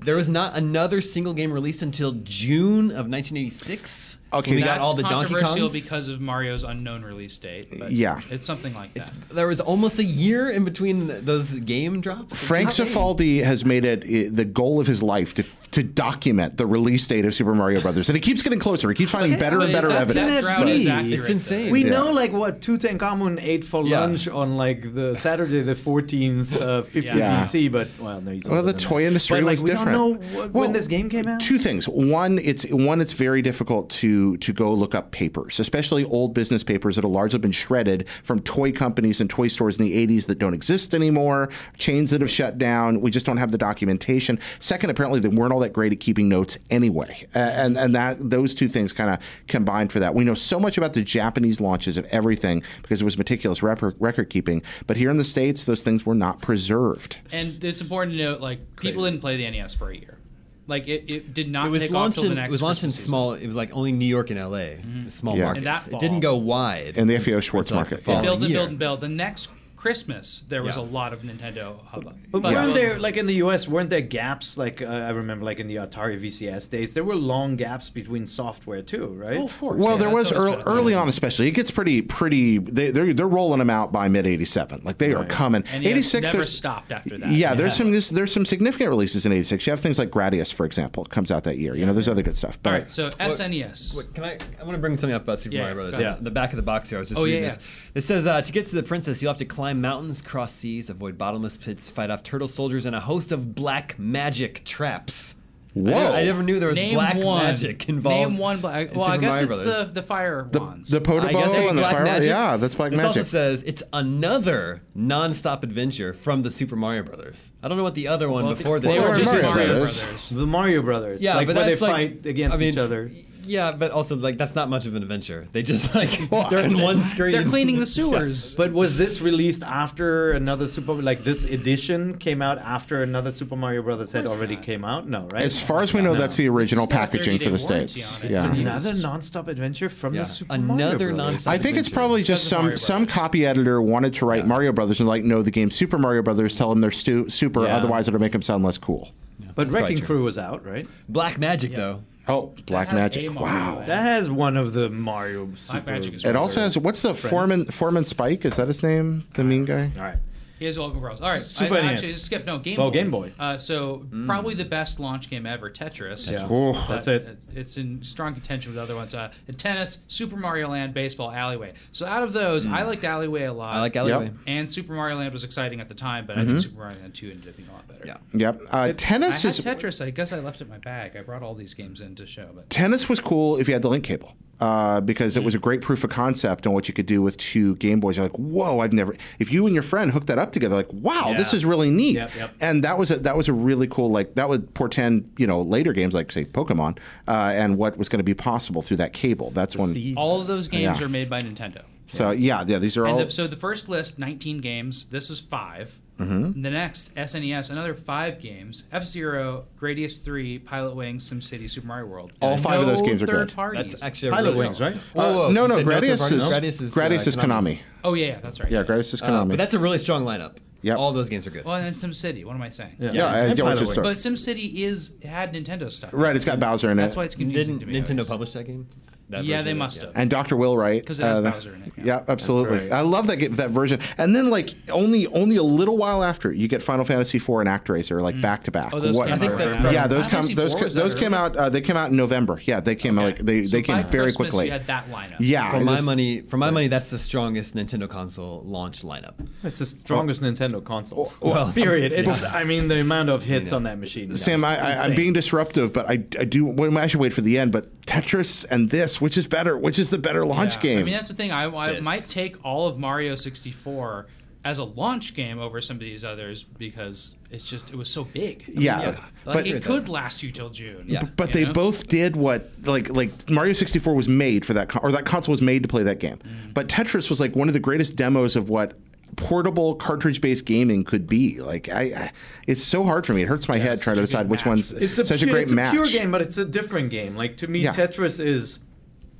C: There was not another single game released until June of 1986.
B: Okay,
C: when we
B: so-
C: got
A: That's
C: all the Donkey
A: controversial
C: Kongs.
A: because of Mario's unknown release date. But
B: Yeah.
A: it's something like that.
C: there was almost a year in between th- those game drops. It's
B: Frank
C: insane.
B: Cifaldi has made it uh, the goal of his life to, to document the release date of Super Mario Brothers, and he keeps getting closer. He keeps finding better
A: But
B: and
A: is
B: better
A: that-
B: evidence.
A: That drought
D: but-
A: is
D: It's
A: accurate, though.
C: insane.
D: We
B: Yeah.
D: know like what Tutankhamun ate for
C: Yeah.
D: lunch on like the Saturday the 14th, uh, 50
A: Yeah.
D: BC, but well, no, he's
B: Well,
D: older
B: the
D: than
B: toy
D: that.
B: industry
D: but, like,
B: was
D: we
B: different.
D: don't know wh-
B: Well,
D: when this game came out.
B: Two things. One, it's one, it's very difficult to to go look up papers, especially old business papers that have largely been shredded from toy companies and toy stores in the '80s that don't exist anymore, chains that have shut down. We just don't have the documentation. Second, apparently they weren't all that great at keeping notes anyway, A- and and that those two things kind of combined for that. We know so much about the Japanese launches of everything because it was meticulous rep- record keeping, but here in the states, those things were not preserved.
A: And it's important to note, like, people didn't play the NES for a year. Like, it, it did not
C: It was
A: take off
C: launched
A: till
C: in
A: the
C: it
A: next.
C: was launched in
A: Christmas season. Mm-hmm.
C: small. It was like only New York and L.A. Small
B: Yeah.
C: markets.
B: And
A: that
C: it didn't
A: fall-
C: go wide.
B: And the FAO Schwartz
C: Until
B: market,
C: the
B: yeah.
A: They
C: following
A: built and
C: year.
A: built and built. The next Christmas, there was
C: Yeah.
A: a lot of Nintendo uh, hubbub.
D: But
A: it
D: weren't
A: wasn't-
D: there like in the U.S. weren't there gaps like uh, I remember like in the Atari VCS days there were long gaps between software too, right?
A: Oh, of course.
B: Well,
A: Yeah,
B: there
A: that's
B: was
A: always
B: early,
A: been a
B: early on, especially. It gets pretty, pretty. They, they're they're rolling them out by mid '87. Like they are coming.
A: And
B: '86.
A: it never
B: there's-
A: stopped after that.
B: Yeah, there's some there's, there's some significant releases in '86. You have things like Gradius, for example, comes out that year. You know, there's other good stuff. But
A: All right, so E SNES.
C: Wait, can I? I want to bring something up about Super
A: Yeah,
C: Mario
A: go
C: Brothers.
A: ahead.
C: Yeah. The back of the box here. I was just
A: Oh,
C: reading
A: yeah,
C: this.
A: yeah.
C: It says uh, to get to the princess, you'll have to climb mountains, cross seas, avoid bottomless pits, fight off turtle soldiers, and a host of black magic traps. I
B: Whoa.
C: never- I, never knew there was
A: Name
C: black
A: one.
C: magic involved.
A: Name one black.
C: in
A: Well, I
C: Super
A: guess
C: Mario
A: it's
C: Brothers.
A: the the fire wands.
B: the Potobo
C: I guess it's
B: and the
C: black
B: Fire.
C: magic.
B: Yeah, that's black
C: this also
B: magic.
C: says it's another non-stop adventure from the Super Mario Brothers. I don't know what the other one
A: Well,
C: before
A: they
C: this.
B: Well,
A: were
B: were
A: just
B: Mario
A: Mario
B: Brothers.
A: Brothers.
D: The Mario Brothers,
C: Yeah,
D: like
C: but
D: where
C: that's
D: they
C: like,
D: fight against
C: I mean,
D: each other.
C: Yeah, but also like that's not much of an adventure. They just
B: <laughs>
C: like they're in one screen.
A: They're cleaning
C: <laughs>
A: the sewers.
D: But was this released after another Super like this edition came out after another Super Mario Brothers had
A: course
D: already
A: not.
D: came out? No, right?
B: as far as we know,
D: No.
B: that's the original
A: It's got a
B: packaging for the
A: 30-day warranty
B: states.
A: on it.
B: Yeah.
A: It's
D: another nonstop adventure from
C: Yeah.
D: the Super
C: Another
D: Mario Brothers.
C: nonstop-
B: I think it's probably just
A: Because of
B: some
A: Mario
B: some
A: Brothers.
B: copy editor wanted to write Mario Brothers and like, no, the game Super Mario Brothers. Tell them they're stu- super,
C: Yeah.
B: otherwise it'll make them sound less cool.
D: but
C: probably
D: Wrecking
C: true.
D: Crew was out, right?
C: Black magic though.
B: Oh, black
A: has
B: magic!
A: a Mario
B: Wow.
A: in it.
D: That has one of the Mario. Super
A: Magic is
B: It also has what's the foreman foreman Spike? Is that his name? The mean guy.
D: All right.
A: Here's all overalls. All right,
D: Super
A: I,
C: E
D: NES.
A: actually skip no Game.
D: Oh,
A: Boy.
D: Game Boy.
A: Uh, so
C: Mm.
A: probably the best launch game ever, Tetris.
D: Yeah.
B: Oof.
A: But
D: That's it.
A: it's- It's in strong contention with other ones. Uh, tennis, Super Mario Land, baseball, Alleyway. So out of those, I liked Alleyway a lot.
C: I like alleyway.
A: And Super Mario Land was exciting at the time, but I think Super Mario Land 2 ended up being a lot better.
C: Yeah.
B: Yep. Uh,
A: I
B: tennis
A: had
B: is
A: Tetris. I guess I left it in my bag. I brought all these games in to show, but
B: tennis was cool if you had the link cable uh, because it was a great proof of concept on what you could do with two Game Boys. You're like, whoa, I've never. If you and your friend hooked that up together, like, wow, this
C: Yeah.
B: is really neat.
D: Yep, yep.
B: And that was a, that was a really cool like that would portend you know later games like say Pokemon uh, and what was going to be possible through that cable. That's when.
D: Seeds.
A: all of those games
B: Yeah.
A: are made by Nintendo.
B: So yeah, yeah, these are all.
A: And the, so the first list, 19 games. This is 5 The next, SNES, another five games: F Zero, Gradius Three, Pilot Wing, SimCity, Super Mario World.
B: All five of those
A: No
B: games are
A: third
B: good.
A: Parties.
C: That's actually a
D: Pilot
C: really-
D: Wings, right?
C: Whoa, whoa,
B: Uh, no,
C: you
B: no,
C: said third
B: Gradius
C: party?
B: is
C: Gradius is,
B: Gradius
C: uh,
B: is Konami.
A: Oh yeah, yeah, that's right.
B: Yeah, Gradius is
C: Uh,
B: Konami.
C: but that's a really strong lineup.
B: Yep.
C: All those games are good.
A: Well, and then SimCity. What am I saying?
B: yeah, I-
D: And
B: yeah,
D: Pilot
B: which is
D: Wing.
B: sort of-
A: But SimCity is had Nintendo stuff.
B: right. It's got Bowser in it.
A: That's why it's confusing
C: Didn't
A: to me.
C: Nintendo
A: always.
C: publish that game? that
A: yeah,
C: version
A: they
C: of it,
A: must
C: yeah.
A: have.
B: and Dr. Will Wright.
A: 'Cause it has
B: uh,
A: Bowser in it, yeah.
B: Yeah, absolutely.
D: right.
B: I love that ge- that version. And then like only only a little while after you get Final Fantasy IV and ActRaiser like back to back.
A: Oh, those
B: What-
A: came
C: I think
A: out
C: that's
A: around-
B: yeah,
C: probably-
B: those
A: Final
B: come
A: Fantasy
B: those
A: IV
B: ca-
A: was
B: those
A: out
B: came
A: early.
B: out uh, they came out in November. Yeah, they came out like they,
A: So
B: they
A: by
B: came very
A: Christmas,
B: quickly.
A: You had that lineup.
B: yeah,
C: For
B: it
C: my
B: is-
C: money, for my money, that's the strongest Nintendo console launch lineup.
D: It's the strongest Nintendo console.
C: well-
D: period. It's I mean the amount of hits on that machine.
B: Sam, I, I, I'm being disruptive, but I, I do. Well, I should wait for the end. But Tetris and this, which is better? Which is the better launch
A: Yeah.
B: game?
A: I mean, that's the thing. I, I
C: This.
A: might take all of Mario 64 as a launch game over some of these others because it's just it was so big.
B: yeah,
C: yeah.
A: Like
B: but
A: it could last you till June.
C: Yeah.
B: But
A: you
B: they
A: know?
B: both did what like like Mario 64 was made for that con- or that console was made to play that game.
D: Mm.
B: But Tetris was like one of the greatest demos of what portable cartridge-based gaming could be. Like I, I it's so hard for me. It hurts my head trying to
A: such a
B: decide
A: good
B: which
A: match
B: one's
A: for
D: it's a
B: such
D: pu-
B: a great
D: it's
B: match.
D: a pure game, but it's a different game. Like to me,
B: Yeah.
D: Tetris is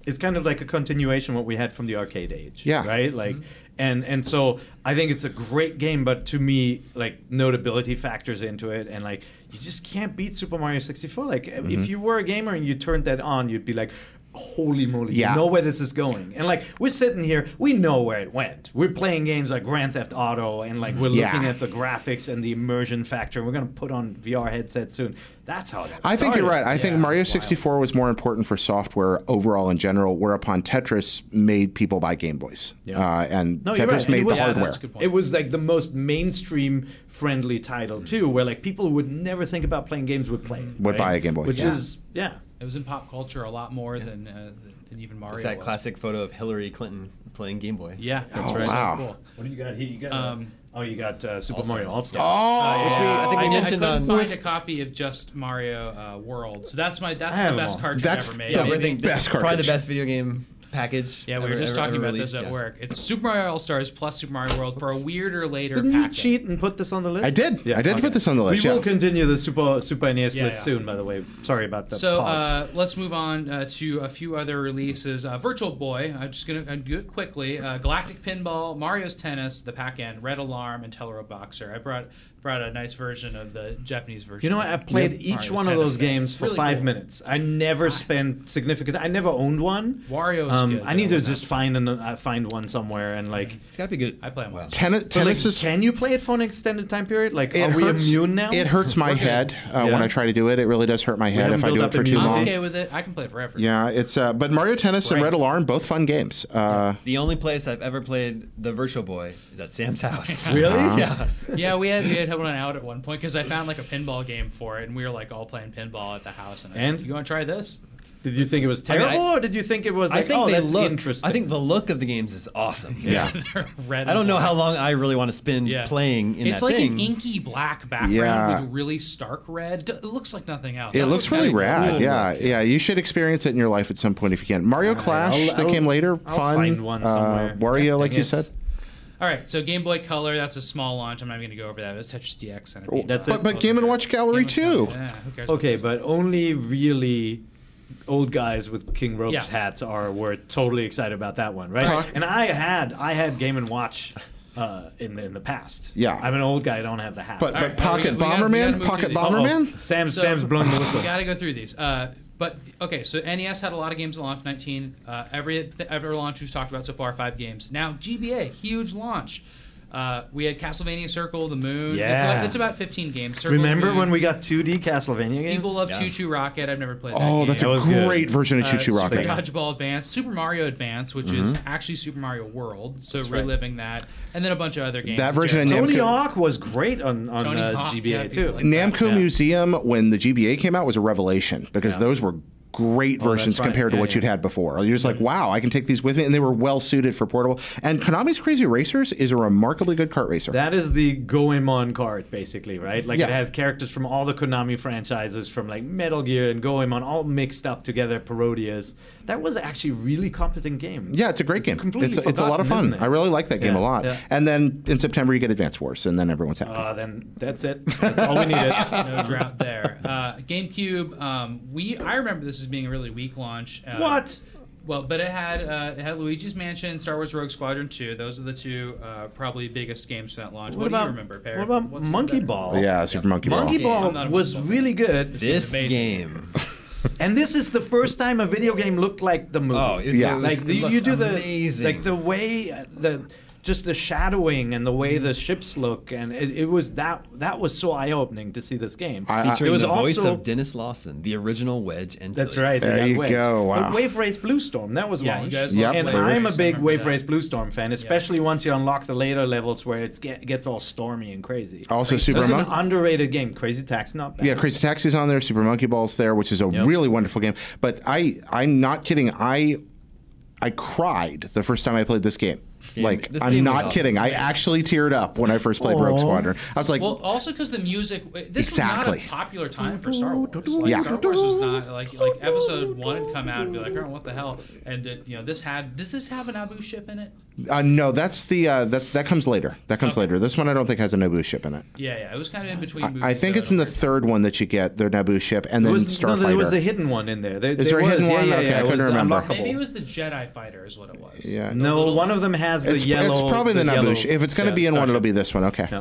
D: is kind of like a continuation of what we had from the arcade age.
B: Yeah. Mm-hmm.
D: Right? Like and and so I think it's a great game, but to me, like notability factors into it and like you just can't beat Super Mario 64. Like
B: Mm-hmm.
D: if you were a gamer and you turned that on, you'd be like Holy moly!
B: Yeah.
D: You know where this is going, and like we're sitting here, we know where it went. We're playing games like Grand Theft Auto, and like we're
B: Yeah.
D: looking at the graphics and the immersion factor. and We're gonna put on VR headset soon. That's how that.
B: I think you're right.
D: started.
B: I think
D: Yeah.
B: Mario 64 was more important for software overall in general, whereupon Tetris made people buy Game Boys.
D: Yeah.
B: Uh, and
D: No, you're
B: Tetris
D: right.
B: made
D: it was,
B: the hardware.
A: that's a good point.
D: It was like the most mainstream friendly title too, where like people who would never think about playing games would play it.
B: Mm-hmm. Would
D: right?
B: buy a Game Boy.
D: Which
B: Yeah.
D: is yeah.
A: It was in pop culture a lot more than uh, than even Mario.
C: It's that
A: was.
C: classic photo of Hillary Clinton playing Game Boy.
A: Yeah, that's
B: Oh,
A: right.
B: wow.
A: So cool.
D: What do you got here? You got
A: Um,
D: oh, you got uh, Super
C: All-Stars.
D: Mario All Stars.
C: I
B: Oh,
C: think
A: I,
C: we
A: did, I
C: mentioned
A: couldn't
C: on.
A: find a copy of just Mario uh, World, so that's my that's
D: I have
A: the
D: them
A: best
D: all.
A: cartridge
B: That's
A: ever made.
C: yeah,
A: maybe.
C: we're thinking this
B: Best
C: is probably the
B: cartridge.
C: best video game package.
A: Yeah, we were
C: ever-
A: just
C: ever-
A: talking
C: ever
A: about
C: released,
A: this at
C: yeah.
A: work. It's Super Mario All Stars plus Super Mario World for a weirder later.
D: Didn't you
A: packet.
D: cheat and put this on the list?
B: I did. I did put this on the list,
D: We will
B: yeah.
D: continue the Super Super NES
A: Yeah,
D: list
A: yeah.
D: soon. By the way, sorry about the
A: So
D: pause.
A: uh, let's move on uh, to a few other releases. Uh, Virtual Boy, I'm just gonna uh, do it quickly. Uh, Galactic Pinball, Mario's Tennis, The Pac-Man, Red Alarm, and Tellero Boxer. I brought brought a nice version of the Japanese version.
D: You know, what? I
A: of
D: played
A: Mario's
D: each one of
A: Tennis
D: those
A: there.
D: games for
A: Really
D: five
A: cool.
D: minutes. I never spent significant. I never owned one. Um,
A: Wario's good,
D: I need
A: though,
D: to
A: isn't
D: just find an, uh, find one somewhere and like.
C: It's got to be good.
A: I play them well.
B: Tennis,
D: But, like,
B: tennis is
D: can you play it for an extended time period? Like,
B: it
D: are we
B: hurts-
D: immune now?
B: It hurts my head uh, when
D: Yeah.
B: I try to do it. It really does hurt my head
D: haven't
B: if I do
D: built
B: it
D: up
B: for too
D: immunity.
A: I'm
B: long.
A: okay with it. I can play it forever.
B: Yeah, it's uh, but Mario Tennis and
A: Right.
B: Red Alarm both fun games. Uh,
C: The only place I've ever played the Virtual Boy is at Sam's house.
D: <laughs> Really?
C: <laughs>
B: Uh-huh.
C: Yeah.
A: Yeah, we had we had one out at one point because I found like a pinball game for it, and we were like all playing pinball at the house. And, I was
D: And?
A: like, you want to try this? <laughs>
D: Did you think it was
C: mean,
D: terrible,
C: I-
D: or did you think it was
C: I
D: like,
C: think
D: oh,
C: they
D: that's
C: look.
D: interesting?
C: I think the look of the games is awesome.
B: yeah.
A: Red
C: I don't know
A: Alarm.
C: how long I really want to spend
A: Yeah.
C: playing in
A: it's
C: that
A: like
C: thing.
A: an inky black background
B: Yeah.
A: with really stark red. D- It looks like nothing else.
B: It
A: That's
B: looks
A: what
B: really
A: kinda
B: rad.
A: cool.
B: Yeah, yeah. You should experience it in your life at some point if you can. Mario Clash
D: I'll-
B: that
D: I'll-
B: came later,
D: I'll
B: fun.
D: find one somewhere.
B: Uh, Wario,
D: Yeah,
B: like you
D: yes.
B: said.
A: All right, so Game Boy Color, that's a small launch. I'm not even going to go over that. It was Tetris DX. And I beat
D: That's
A: it.
D: it.
B: Oh, But but Game and Watch Gallery
A: Game Boy
B: too.
A: Color, yeah, who cares about
D: okay,
A: those?
D: but only really old guys with King Ropes
A: Yeah.
D: hats are were totally excited about that one, right?
B: Huh.
D: And I had I had Game and Watch uh, in the in the past.
B: Yeah.
D: I'm an old guy. I don't have the hat.
B: But
A: All
B: but
A: right,
B: Pocket
A: we gotta- we gotta
B: Bomberman,
A: move
B: Pocket
A: through these.
B: Bomberman.
D: Sam
A: So-
D: Sam's blowing the
A: <laughs>
D: whistle.
A: We got to go through these. Uh, but okay, so NES had a lot of games at launch 19. Uh, every th- ever launch we've talked about so far, five games. Now GBA, huge launch. Uh, we had Castlevania Circle, The Moon. It's,
D: Yeah.
A: like, it's about 15 games. Circle, the
D: Remember
A: Moon.
D: when we got 2D Castlevania games?
A: People love
C: Yeah.
A: Choo Choo Rocket. I've never played.
B: Oh,
A: that game.
B: that's
D: That
B: a
D: was good.
B: great version
D: Uh,
B: of Choo Choo
A: Super
B: Rocket. Mm-hmm.
A: Dodgeball Advance, Super Mario Advance, which is actually Super Mario World, so
D: right.
A: reliving that, and then a bunch of other games.
B: That version of
A: Jared-
D: Tony
B: Namco-
D: Hawk was great on on
A: Tony
D: uh,
A: Hawk,
D: GBA
A: yeah, people
D: too.
A: like-
B: Namco
D: Yeah.
B: Museum when the GBA came out was a revelation because
D: Yeah. Oh,
B: those were great versions
D: right.
B: compared to
D: Yeah,
B: what
D: yeah.
B: you'd had before. You're just like, wow, I can take these with me, and they were well suited for portable. And Konami's Crazy Racers is a remarkably good kart racer.
D: That is the Goemon card, basically, right? Like
B: Yeah.
D: it has characters from all the Konami franchises, from like Metal Gear and Goemon, all mixed up together, parodias. That was actually a really competent game.
B: yeah, it's a great game.
D: completely
B: It's a, it's a lot of
D: forgotten,
B: fun.
D: isn't it?
B: I really like that game
D: Yeah,
B: a lot.
D: yeah.
B: And then in September you get Advance Wars, and then everyone's happy.
D: Ah, then that's it. That's all we
B: <laughs>
D: needed.
B: E
A: no drought there. Uh, GameCube, um, we I remember this as being a really weak launch. Uh,
D: What?
A: Well, but it had uh, it had Luigi's Mansion, Star Wars Rogue Squadron 2. Those are the two uh, probably biggest games from that launch. What, do you remember, Perry?
D: What about
A: What's
D: Monkey
A: better?
D: Ball?
B: yeah, Super Monkey Ball.
D: Monkey
C: Ball.
D: Ball
A: I'm not a
D: was
A: Monkey Ball
D: really good.
C: this
A: amazing.
C: game
D: and this is the first time a video game looked like the movie.
C: Oh, it-
B: Yeah. it
D: like
C: was-
D: the,
C: it
D: you
C: looked
D: do the
C: amazing.
D: like the way uh, the just the shadowing and the way
B: Mm-hmm.
D: the ships look, and it, it was that that was so eye opening to see this game.
B: I- I-
C: Featuring
D: Uh, It was
C: the voice
D: also-
C: of Dennis Lawson, the original Wedge and
D: That's
C: Tillius.
D: right. they
B: There
D: got
B: you
D: Wedge.
B: go,
D: But
B: wow.
D: Wave Race Blue Storm, that was
A: Yeah, you
D: launched.
A: guys love
D: and
B: Wave
A: Race,
D: I'm a
A: I
D: big
A: remember
D: Wave
A: that.
D: Race Blue Storm fan, especially once you unlock the later levels where it get, gets all stormy and crazy.
B: Also, Super
D: That's an
B: Monkey-
D: underrated game. Crazy Tax, not bad.
B: Yeah, Crazy Taxi's on there. Super Monkey Ball's there, which is a really wonderful game. But I, I'm not kidding. I, I cried the first time I played this game. like
C: this
B: I'm
C: game was
B: not
C: awesome.
B: kidding. I actually teared up when I first played Rogue Squadron. I was like,
A: Well, also because the music. This
B: Exactly.
A: was not a popular time for Star Wars. Like,
B: Yeah.
A: Star Wars was not like like Episode One had come out and be like, oh, what the hell? And it, you know, this had. Does this have an Abu ship in it?
B: uh, no, that's the uh, that's that comes later. That comes
A: Okay.
B: later. This one I don't think has a Naboo ship in it.
A: Yeah, yeah. It was kind of in between. movies,
B: I think
A: so
B: it's in the third one that you get the Naboo ship and
D: There
B: then
D: was, no,
B: Starfighter.
D: there was a hidden one in there. There,
B: Is
D: there
B: there a
D: was,
B: hidden
D: yeah,
B: one?
D: Yeah,
B: Okay,
D: yeah,
B: I
D: it
B: couldn't
D: was
B: remember.
D: unlockable.
A: Maybe it was the Jedi fighter, is what it was.
B: yeah.
D: No, one of them has the
B: It's,
D: yellow.
B: it's probably the,
D: yellow-
B: Naboo. ship. If it's going to
D: yeah,
B: be in one,
D: starship.
B: it'll be this one. Okay.
D: Yeah.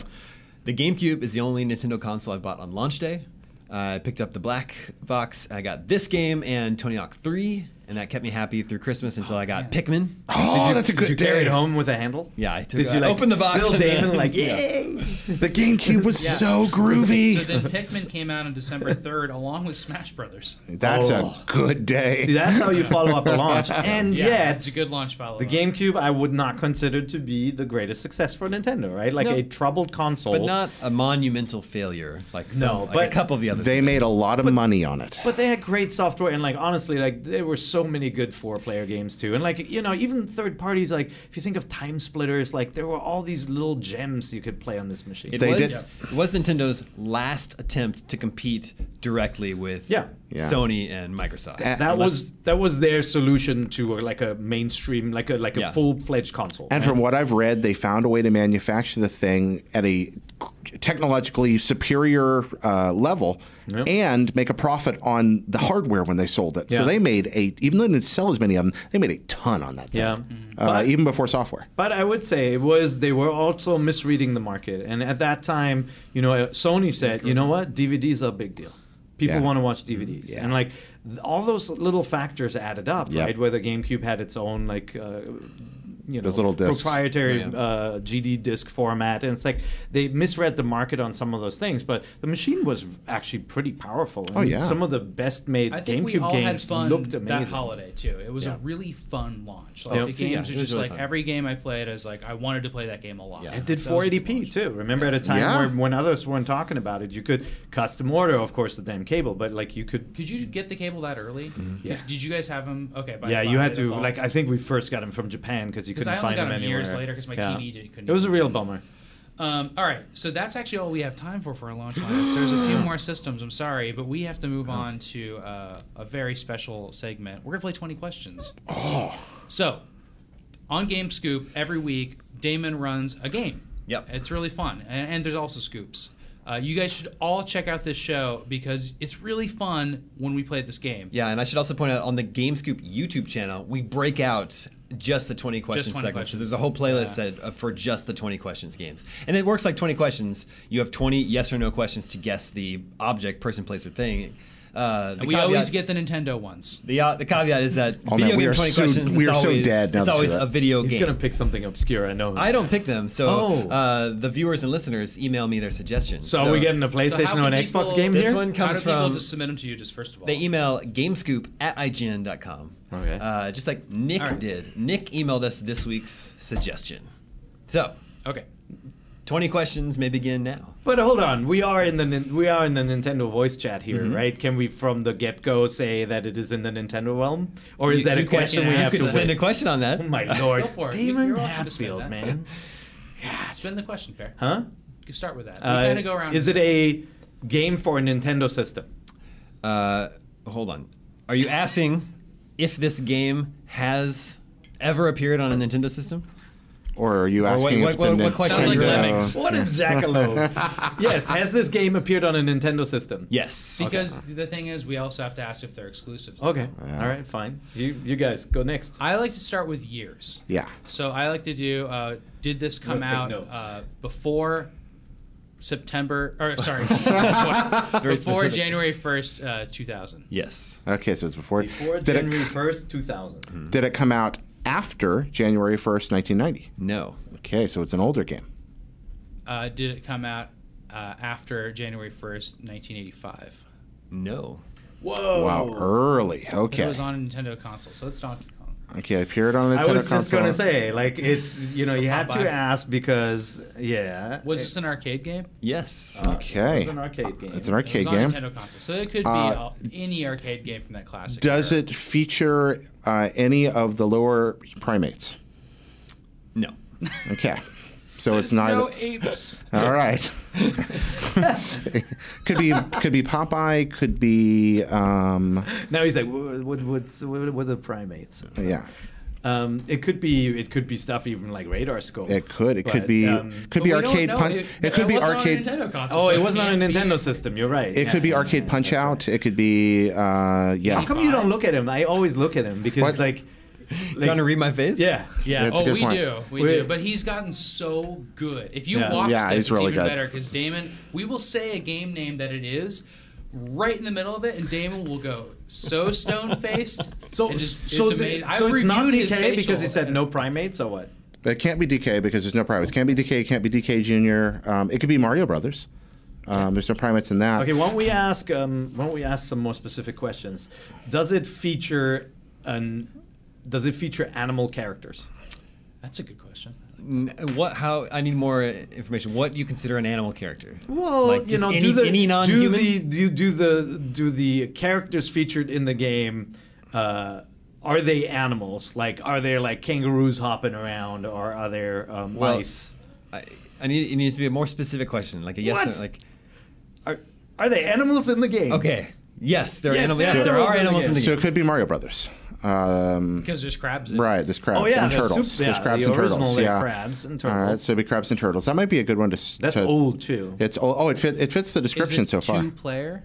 C: The GameCube is the only Nintendo console I bought on launch day. Uh, I picked up the black box. I got this game and Tony Hawk 3, and that kept me happy through Christmas until I got Pikmin.
B: Oh,
D: Did you-
B: that's a
D: did you
B: good
D: carry
B: day.
D: it home with a handle?
C: Yeah, I took
D: Did
C: it-
D: you
C: I
D: like
C: opened the box
D: Little
C: and then-
D: Damon, like,
C: Yeah.
D: yay!
B: The GameCube was
A: Yeah.
B: so
A: So
B: groovy.
A: then Pikmin came out on December 3rd along with Smash Brothers.
B: That's
D: Oh.
B: a good day.
D: See, that's how you follow up a
B: <laughs>
D: launch. And yet,
A: it's a good launch follow.
D: The GameCube I would not consider to be the greatest success for Nintendo, right? Like
C: No.
D: a troubled console.
C: <laughs> But not a monumental failure like some,
D: oh. No,
C: like
D: but-
C: a couple of the others.
B: They made a lot of money on it.
D: But they had great software, and like honestly, like there were so many good four-player games too, and like you know, even third parties. Like if you think of Time Splitters, like there were all these little gems you could play on this machine.
C: It
B: They
C: was,
B: did-
C: it was Nintendo's last attempt to compete directly with
D: Yeah.
B: Yeah.
C: Sony and Microsoft.
B: And-
D: that
C: Uh, Unless-
D: was that was their solution to uh, like a mainstream, like a like a
C: Yeah.
D: full-fledged console.
B: And from what I've read, they found a way to manufacture the thing at a technologically superior uh, level
D: Yep.
B: and make a profit on the hardware when they sold it.
D: Yeah.
B: So they made a, even though they didn't sell as many of them, they made a ton on that thing.
D: Yeah.
B: Uh, even before software.
D: But I would say it was they were also misreading the market, and at that time, you know, Sony said, you know what, DVDs are a big deal. People
B: Yeah. Mm-hmm.
D: want to watch DVDs,
B: Yeah.
D: and like th- all those little factors added up,
B: Yep.
D: right? Whether GameCube had its own like. Uh, you know,
B: Those little discs.
D: proprietary
C: Yeah.
D: Uh, GD disc format, and it's like they misread the market on some of those things. But the machine was actually pretty powerful. and
B: Oh, yeah.
D: some of the best made
A: I think we
D: GameCube
A: all had
D: games
A: fun
D: looked
A: that
D: amazing.
A: holiday too. It was
D: Yeah.
A: a really fun launch. Like
D: Yep.
A: the
D: So,
A: games are
C: yeah, it was
A: just
C: really
A: like
C: fun.
A: every game I played, I was like, I wanted to play that game a lot.
C: Yeah.
D: It did
A: That was a good
D: 480p
A: launch.
D: too. Remember at a time
B: Yeah.
D: where when others weren't talking about it, you could custom order, of course, the damn cable, but like you could.
A: Could you get the cable that early?
D: Mm-hmm. Yeah.
A: Did, did you guys have them? Okay. By,
D: Yeah,
A: by
D: you had to.
A: default.
D: Like I think we first got him from Japan because you
A: 'Cause
D: couldn't
A: I only
D: find
A: got
D: him
A: 'em
D: anywhere.
A: years later 'cause my TV did- couldn't
D: It was a
A: even-
D: real bummer.
A: Um, all right, so that's actually all we have time for for our launch lineups. There's
C: <gasps>
A: a few more systems. I'm sorry, but we have to
C: Oh.
A: move on to uh, a very special segment. We're gonna play 20 questions. Oh. So, on Game Scoop every week, Damon runs a game.
C: Yep.
A: It's really fun, and, and there's also scoops. Uh, you guys should all check out this show because it's really fun when we play this game.
C: Yeah, and I should also point out on the GameScoop YouTube channel, we break out just the 20 questions
A: 20
C: segment. So
A: questions.
C: there's a whole playlist that, uh, for just the 20 questions games. And it works like 20 questions. You have 20 yes or no questions to guess the object, person, place, or thing. Uh, the
A: we always
C: caveat-
A: get the Nintendo ones.
C: the, uh, the caveat is that
B: Oh,
C: video
B: man, we
C: game
B: are
C: 20
B: so-
C: questions
B: we
C: it's
B: are so
C: always,
B: dead now
C: it's
B: that you
C: always
B: say that.
C: a video
D: He's
C: game.
D: gonna pick something obscure. I know.
C: I don't pick them, so
D: Oh.
C: uh, the viewers and listeners email me their suggestions.
D: So, are we getting a PlayStation
A: how
D: or an
A: can
D: Xbox
A: people-
D: game
C: This
D: here?
A: How
C: one
A: do
C: comes
A: people
C: from
A: just submit them to you? Just first of all,
C: They email gamescoop at ign.com.
D: Okay.
C: Uh, just like Nick
A: All right.
C: did. Nick emailed us this week's suggestion. So,
A: okay.
C: 20 questions may begin now.
D: But hold on, we are in the nin- we are in the Nintendo voice chat here,
C: Mm-hmm.
D: right? Can we from the get go say that it is in the Nintendo realm, or is
C: You-
D: that a
C: you can-
D: question we
C: you
D: have
C: could
D: to
C: spend
D: wait?
C: a question on
A: <laughs>
C: that.
D: Oh my lord,
A: Go for it. You-
D: Damon
A: you're welcome to spend
D: Hatfield,
A: that.
D: man,
A: Spin the question, Fair.
D: huh?
A: You can start with that. We
D: Uh,
A: kind of go around.
D: Is it a game for a Nintendo system?
C: Uh, hold on. Are you asking if this game has ever appeared on a Nintendo system?
B: Or are you
C: what-
B: asking
C: what-
B: if it's in
C: what- what
B: Nintendo?
C: question
A: Sounds like Lemmings.
D: What a jackalope!
B: <laughs>
D: yes, has this game appeared on a Nintendo system?
C: Yes.
A: because the thing is, we also have to ask if they're exclusive.
D: Okay. All right. Fine. You you guys go next.
A: I like to start with years.
B: Yeah.
A: So I like to do. Uh, did this come
D: Gonna take
A: out
D: notes.
A: uh, before September,
B: <laughs>
A: or sorry, before
C: specific.
A: January 1st, uh, 2000.
C: Yes.
B: Okay, so it's before.
D: Before
B: did,
D: January
B: it, Hmm.
D: 1st, 2000.
B: did it come out after January 1st, 1990?
C: No.
B: Okay, so it's an older game.
A: Uh, did it come out uh, after January 1st, 1985?
C: No.
D: Whoa.
B: Wow, early.
A: Oh. It
B: Okay.
A: was on a Nintendo console, so it's Donkey Kong.
B: Okay, it appeared on a Nintendo
D: I was
B: console.
D: just going to say, like, it's, you know, you had
A: Popeye.
D: to ask because, yeah.
A: Was
D: it-
A: this an arcade game?
C: Yes.
D: uh,
B: Okay.
D: It's an arcade game.
B: It's an
A: It was
B: arcade
A: on
B: game.
A: Nintendo console, so it could be
B: Uh,
A: uh, any arcade game from that classic.
B: Does
A: era.
B: it feature uh, any of the lower primates?
A: <laughs>
C: no.
B: Okay. So it's
A: There's
B: neither.
A: no
B: <laughs>
A: apes.
B: All
A: <laughs>
B: right. could be could be Popeye. Could be um,
D: Now he's like, what, what, what's, what, what are the primates?
B: yeah.
D: Um, it could be it could be stuff even like radar scope.
B: It could it could
D: But,
B: be
D: um,
B: could
A: But
B: be
A: we don't
B: arcade
A: know.
B: punch. It, could be
A: wasn't on a
B: arcade.
A: Nintendo console,
D: oh,
A: so
D: it wasn't on a
A: can't be-
D: Nintendo system. You're right.
B: It could be arcade punch out. It could be uh, yeah.
D: How come you don't look at him? I always look at him because
B: What?
D: like, like-
C: Trying to read my face?
D: yeah,
A: Yeah.
B: That's a
A: oh,
B: good
A: we
B: point.
A: do. We,
D: We-
A: do. But he's gotten so good. If you
D: Yeah.
A: watch
B: Yeah,
A: this,
B: he's
A: it's
B: really
A: even
B: good.
A: better because Damon. We will say a game name that it is, right in the middle of it, and Damon will go
B: <laughs>
A: so stone faced.
D: So
A: it just,
D: so
A: it's
D: the-
A: amazing.
D: so
A: I've
D: it's not
A: reviewed his
D: DK because he
A: facial.
D: said no primates or what?
B: It can't be DK because there's no primates. Can't be DK. Can't be DK Junior. Um, it could be Mario Brothers. Um, there's no primates in that.
D: Okay, why don't we ask um, why don't we ask some more specific questions? Does it feature an does it feature animal characters?
A: That's a good question.
B: Hmm.
C: N- What? How? I need more uh, information. What do you consider an animal character?
D: Well,
C: like,
D: you
C: just
D: know,
C: any,
D: do the
C: any
D: do
C: non-human.
D: the do, do the do the characters featured in the game. Uh, are they animals? Like, are there like kangaroos hopping around, or are there um,
C: Well-
D: mice?
C: I, I need. It needs to be a more specific question, like a yes.
D: What?
C: Or, like
D: Are, are they animals in the game?
C: okay. Yes, there are
D: Yes,
C: animals.
D: there
C: Yes,
D: are
C: there
D: animals
C: are
D: in the
C: animals in
D: game.
C: the
B: So
C: game.
B: it could be Mario Brothers. Um,
A: Because there's crabs. In it.
B: right. There's crabs
D: Oh yeah,
B: and
D: there's
B: turtles.
D: super-
B: there's
D: yeah,
B: crabs
D: the
B: and turtles.
D: original, like,
B: Yeah.
D: crabs and
B: All right.
D: turtles.
B: So it'd be crabs and turtles. That might be a good one to. s-
D: That's
B: to-
D: old too.
B: It's old. Oh, it fit, it fits the
A: Is
B: description
A: it
B: so far.
A: two player?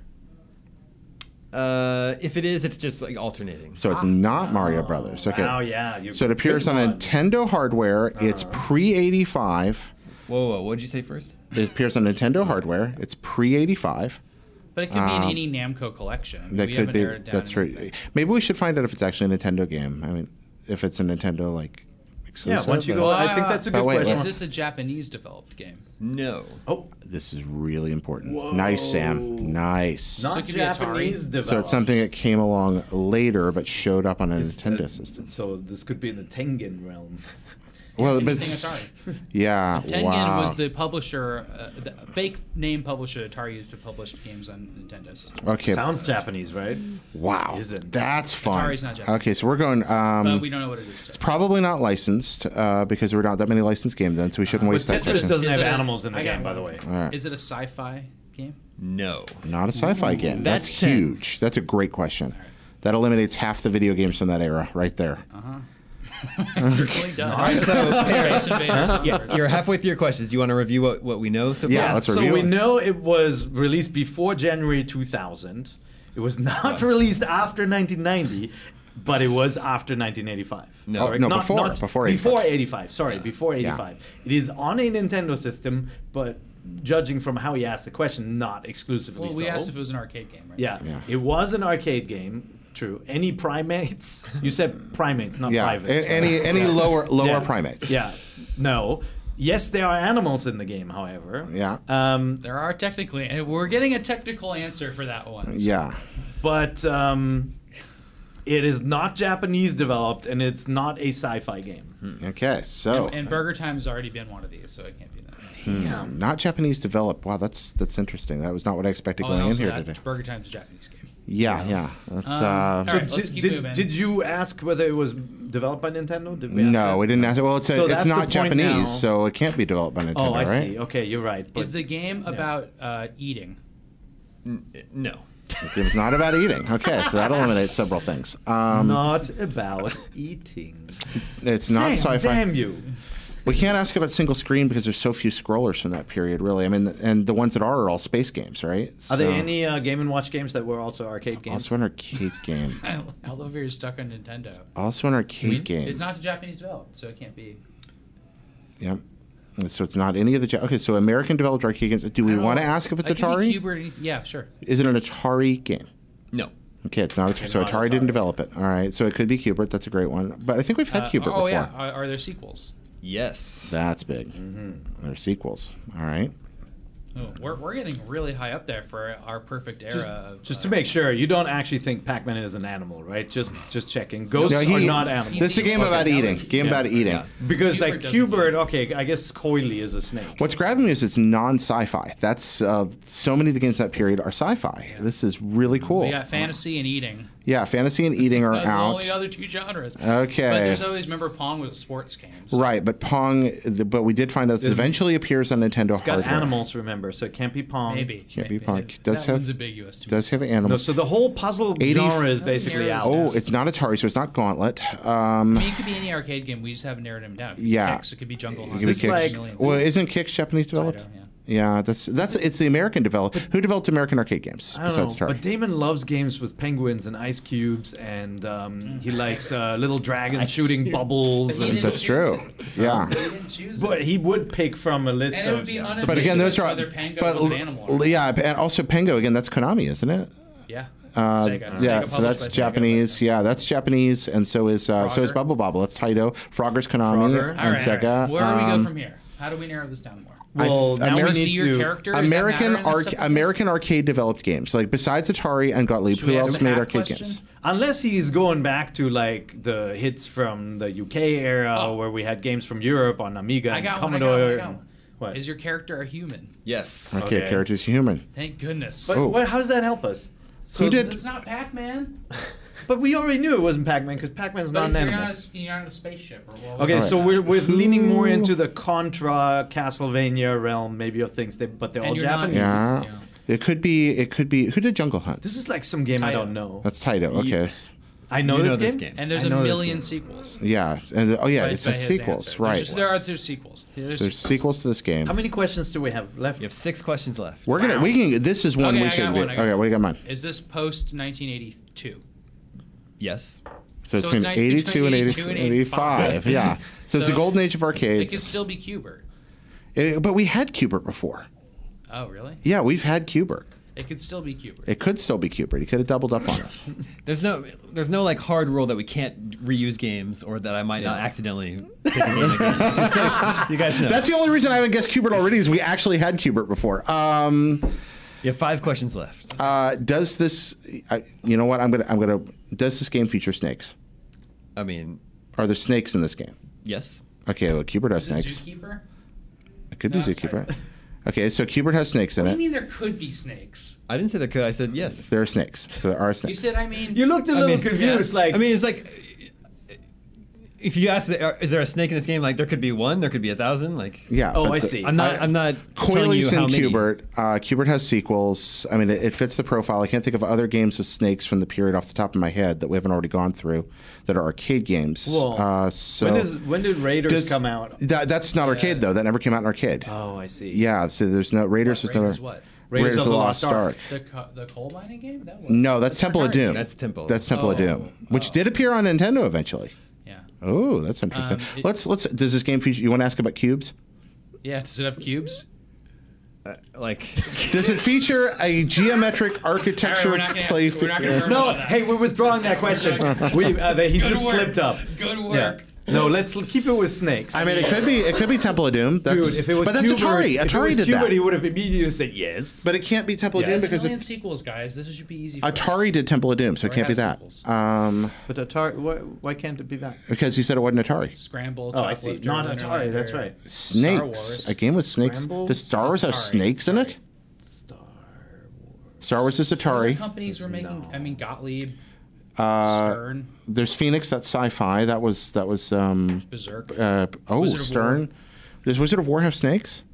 C: Uh, if it is, it's just like alternating.
B: So it's not Mario Brothers. Okay.
D: Wow, Uh. yeah. you-
B: So it appears
D: good
B: on
D: one.
B: Nintendo hardware. It's pre 85.
C: Whoa, whoa. What did you say first?
B: It appears on Nintendo hardware. It's pre 85.
A: But it could be in any Namco collection. I mean,
B: Um, That
A: we
B: could
A: haven't
B: be.
A: narrowed it down
B: That's
A: to
B: true.
A: anything.
B: Maybe we should find out if it's actually a Nintendo game. I mean, if it's a Nintendo like
D: Yeah,
B: exclusive.
D: once you go,
B: but-
D: I think that's a
B: But
D: good
B: wait,
A: Is
B: wait.
D: question.
A: this a Japanese developed game?
C: No.
D: Oh,
B: This is really important. Nice, Sam. Nice.
A: it
D: not
A: could be Atari?
D: Japanese
A: So
D: developed.
B: so it's something that came along later but showed up on a Nintendo
D: Uh,
B: system.
D: So this could be in the Tengen realm.
B: Well, but
A: Anything
B: it's-
A: Atari.
B: yeah,
A: Tengen
B: wow.
A: was the publisher, uh, the fake name publisher Atari used to publish games on Nintendo systems.
B: okay,
D: Sounds Japanese, right?
B: wow,
D: Isn't.
B: that's fun.
A: Atari's not Japanese.
B: Okay, so we're going. Um,
A: but we don't know what it is. so.
B: Probably not licensed uh, because there were not that many licensed games then, so we shouldn't
D: But
B: waste that
D: Tetris
B: question.
D: doesn't
A: Is
D: have
A: it a-
D: animals in the
A: I got
D: game, by the
A: one.
D: way.
B: Alright.
A: Is it a sci-fi game?
C: No.
B: Not a sci-fi game. That's,
C: That's 10.
B: huge. That's a great question. That eliminates half the video games from that era, right there.
D: Uh-huh.
A: It really does. <laughs>
C: so-
A: Space Invaders.
C: Yeah, you're halfway through your questions. Do you want to review what, what we know so far?
B: Yeah, let's
D: so
B: review
D: we
B: it.
D: know it was released before January 2000. It was not <laughs> released after 1990, but it was after 1985.
C: No.
D: Correct?
B: No,
D: Not-
B: before-
D: not-
B: before 85.
D: before 85. Sorry, before 85. It is on a Nintendo system, but judging from how he asked the question, not exclusively
A: Well,
D: so.
A: we asked if it was an arcade game, right?
D: yeah.
B: Yeah.
D: it was an arcade game. True. Any primates? <laughs> You said primates, not
B: Yeah,
D: privates. <laughs>
B: a- any any lower lower
D: Yeah.
B: primates.
D: Yeah. No. Yes, there are animals in the game, however.
B: Yeah.
D: Um,
A: There are technically, and we're getting a technical answer for that one.
B: yeah.
D: but um, it is not Japanese developed, and it's not a sci-fi game.
B: Okay, so
A: And Burger Time has already been one of these, so it can't be that.
B: um, not Japanese developed. Wow, that's that's interesting. That was not what I expected
A: Oh, and
B: going in
A: also
B: here
A: that
B: today.
A: Burger Time's a Japanese game.
B: Yeah, yeah.
D: Um,
B: That's, uh,
A: all right, let's
D: Did-
A: keep
D: did,
A: moving.
D: did you ask whether it was developed by Nintendo? Did we ask
B: No,
D: that?
B: we didn't ask. Well, it's a,
D: So
B: it's
D: that's the
B: not
D: point
B: Japanese,
D: now.
B: so it can't be developed by Nintendo,
D: Oh, I
B: right?
D: see. Okay, you're right. But
A: Is the game about uh, eating? <laughs>
C: No.
B: It was not about eating. Okay,
D: <laughs>
B: so that eliminates several things. Um,
D: not about eating.
B: it's not
D: Sam,
B: sci-fi.
D: Damn you!
B: We can't ask about single screen because there's so few scrollers from that period, really. I mean, and the ones that are are all space games, right?
D: Are
B: So-
D: there any uh, Game and Watch games that were also arcade games?
B: Also an arcade game.
A: I I love you're stuck on Nintendo. Mm-hmm.
B: Also an arcade game.
A: It's not Japanese developed, so it can't be.
B: Yep. And So it's not any of the. Ja- Okay, so American developed arcade games. Do we want to ask if it's
A: It could be
B: Atari?
A: Cuba or anything- yeah, sure.
B: Is it an Atari game?
C: No.
B: Okay, it's not. Atari. So
E: not
B: Atari didn't
E: Atari.
B: develop it. All right, so it could be Cubert. That's a great one. But I think we've had
A: Uh,
B: Cubert
A: oh
B: before.
A: yeah, are, are there sequels?
C: Yes.
B: That's big.
D: Mm-hmm.
B: There's sequels. All right.
A: Oh, we're, we're getting really high up there for our perfect era. of,
D: Just
A: uh,
D: to make sure, you don't actually think Pac-Man is an animal, right? Just just checking. Ghosts
B: No, he-
D: are not
A: he-
D: animals.
B: This is a game
A: Okay,
B: about
A: that
B: eating.
A: was-
B: Game
D: yeah.
B: about eating.
C: Yeah.
D: Because like
A: Cubert doesn't
D: Cubert, okay, I guess Coily is a snake.
B: What's grabbing me is it's non-sci-fi. That's uh, so many of the games of that period are sci-fi. This is really cool.
A: we got fantasy and eating.
B: Yeah, fantasy and eating are
A: That's
B: out.
A: the only other two genres.
B: Okay.
A: But there's always remember Pong was a sports game. so-
B: Right, but Pong. The, but we did find out this eventually appears on Nintendo
D: It's got
B: hardware.
D: animals, remember, so it can't be Pong.
A: Maybe.
B: Can't
A: maybe.
B: be Pong.
A: That
B: Does
A: one's
B: have-
A: ambiguous to me.
B: Does have
D: No,
B: animals?
D: so the whole puzzle
B: 80
D: genre is basically out.
B: Um, oh, it's not Atari, so it's not Gauntlet. Um,
A: I mean, it could be any arcade game. We just haven't narrowed him down. It could be
B: Yeah.
A: Kicks, it could be Jungle
B: Is
A: Hunt.
D: this
A: it could be
D: like-
A: a million
B: well,
A: things.
B: isn't Kick Japanese developed?
A: Taito,
B: yeah. that's that's it's the American developed. Who developed American arcade games
D: I don't
B: besides
D: know,
B: Atari?
D: but Damon loves games with penguins and ice cubes, and um, he likes uh, little dragons shooting bubbles.
A: Mm. But he
D: And,
A: didn't-
B: that's true. Yeah.
A: They didn't choose it.
D: but he would pick from a list
A: And it
D: of.
A: would be unambiguous
B: But again, those are
A: whether Pango
B: but
A: was an animal. or
B: l-
A: not.
B: yeah, and also Pengo again. That's Konami, isn't it?
A: Yeah.
B: Uh,
A: Sega.
B: yeah,
A: Sega
B: so
A: published
B: that's
A: by Sega,
B: Japanese.
A: but-
B: yeah, that's Japanese, and so is uh, so is
A: Frogger.
B: Bubble Bobble. That's Taito, Frogger's Konami,
D: Frogger.
B: and
A: All right, all
B: Sega.
A: right. Where do we
B: Um,
A: go from here? How do we narrow this down more?
D: well,
B: I
D: now we
B: mean-
D: need
A: See your
D: to-
A: character. Does that
B: American
A: matter in this
B: arc-
A: type of list?
B: American arcade developed games. Like besides Atari and Gottlieb,
A: Should we
B: who
A: ask
B: else
A: the
B: made
A: hat
B: arcade
A: question?
B: games?
D: Unless he's going back to like the hits from the UK era,
A: Oh.
D: where we had games from Europe on Amiga
A: I
D: and
A: got one. I got
D: Commodore.
A: one. I got one.
D: What?
A: Is your character a human?
C: Yes.
B: Okay,
D: Okay.
B: characters human.
A: Thank goodness.
D: but
B: Oh.
D: what- how does that help us?
B: Who did-
A: Because It's not Pac-Man.
D: But we already knew it wasn't Pac-Man because Pac-Man's
A: But
D: not an
A: you're,
D: animal.
A: not a, you're not a spaceship. Or well,
D: Okay,
B: All right.
D: so we're, we're leaning more
B: Who-
D: into the Contra Castlevania realm, maybe of things, they, but they're all
A: And you're not-
D: Japanese.
B: Yeah.
A: Yeah.
B: it could be. It could be. Who did Jungle Hunt?
D: This is like some game I
A: Taito.
D: don't know.
B: that's Taito. Okay,
D: I know,
C: You
D: this,
C: know
D: game?
C: this game.
A: And there's
D: I
A: a
D: know this
A: million
D: game.
A: sequels.
B: yeah, and oh yeah,
A: by-
B: it's
A: by
B: the
A: his
B: sequels,
A: answer. There's
B: right?
A: just- there are two sequels. There's,
B: There's sequels to this game.
D: How many questions do we have left?
C: You have six questions left.
B: We're gonna. We can. This is one
A: Okay,
B: we
A: I
B: should
A: got
B: be.
A: one, I got
B: Okay,
A: one.
B: what do you got mine?
A: Is this post 1982?
C: Yes.
B: So,
A: So
B: it's
A: it's
B: been
A: not-
B: 82 and
A: between
B: 82 and 85.
A: 85.
B: yeah. So, it's the
A: So
B: golden age of
A: It could
B: arcades.
A: still be Cubert.
B: Eh, but we had Cubert before.
A: Oh, really?
B: Yeah, we've had Cubert.
A: It could still be Cubert.
B: It could still be Cubert. It could have doubled up on
D: <laughs>
B: us.
C: There's no there's no like hard rule that we can't reuse games or that I might not accidentally pick a game
B: <laughs>
C: again. It's like, you guys know.
B: That's the only reason I haven't guessed Cubert already is we actually had Cubert before. Um,
C: you have five questions left.
B: uh, does this? I, you know what? I'm gonna. I'm gonna. Does this game feature snakes?
C: I mean,
B: Are there snakes in this game?
C: yes.
B: Okay, well, Cubert has
A: Is it
B: snakes.
A: Zookeeper?
B: It could be
A: No, that's
B: Zookeeper. Okay, so Cubert has snakes in
A: What do you
B: it.
A: mean there could be snakes?
C: I didn't say that could. I said yes.
B: There are snakes. So there are
A: You
B: snakes.
A: said I mean.
D: You looked a little
C: mean,
D: confused,
A: yes.
D: like
C: I mean, it's like if you ask, the, is there a snake in this game? Like there could be one, there could be a thousand. Like
B: Yeah.
D: Oh,
B: but
D: I
B: the-
D: see.
C: I'm not.
D: I-
C: I, am not. telling you
B: Coily's
C: how
B: and
C: many.
B: Cubert. Uh, Cubert has sequels. I mean, it, it fits the profile. I can't think of other games with snakes from the period off the top of my head that we haven't already gone through that are arcade games.
D: Well,
B: uh, so
D: when, is, when did Raiders
B: does-
D: come out?
B: That, that's not arcade though. That never came out in arcade.
D: Oh, I see.
B: yeah. So there's no Raiders was
A: Raiders
B: never
A: what?
D: Raiders of the Lost Ark.
A: The, co- the coal mining game? That was,
B: No, that's, Temple of
A: Atari.
B: Doom.
C: That's Temple.
B: That's Temple of
A: Oh.
B: Doom, which
A: Oh.
B: did appear on Nintendo eventually.
A: Yeah.
B: Oh, that's interesting.
A: Um, it-
B: let's let's. Does this game feature? You want to ask about cubes?
A: Yeah, does it have cubes?
C: Like
B: Does it feature a geometric architecture
A: we're not gonna-
B: play?
A: we're not gonna-
D: No, Oh, hey, we're withdrawing that question. we, uh, they,
A: <laughs>
D: he
A: Good
D: just
A: work.
D: slipped up.
A: Good
D: Yeah.
A: work.
D: No, let's l- keep it with snakes.
B: I mean, it could be it could be Temple of Doom. That's,
D: Dude, if it was
B: but that's
D: Cubert,
B: Atari.
D: if it
B: Atari
D: was
B: did
D: Cubert, he
B: that.
D: would have immediately said yes.
B: But it can't be Temple of
D: Yeah.
B: Doom
A: There's a
B: because
A: million
B: it's
A: sequels, guys. This should be easy for
B: Atari
A: us.
B: did Temple of Doom, so it
A: Or
B: can't be
A: has
B: that.
A: sequels.
B: Um,
D: but Atari, why, why can't it be that?
B: because you said it wasn't Atari.
A: Scramble,
D: Oh, I
A: Chocolate,
D: see.
A: Turtle,
D: Not Atari.
A: Interlander,
D: That's right.
B: Snakes.
A: Wars.
B: A game with snakes.
D: Scramble?
B: Does Star Wars have
A: Atari.
B: snakes in it?
D: Star.
B: Star Wars is
A: Other
B: Atari.
A: companies were making. I mean, Gottlieb,
B: Uh,
A: Stern,
B: there's Phoenix. That's sci-fi. That was that was. Um,
A: Berserk.
B: uh, oh,
A: Wizard of
B: Stern. Does Wizard of War have snakes?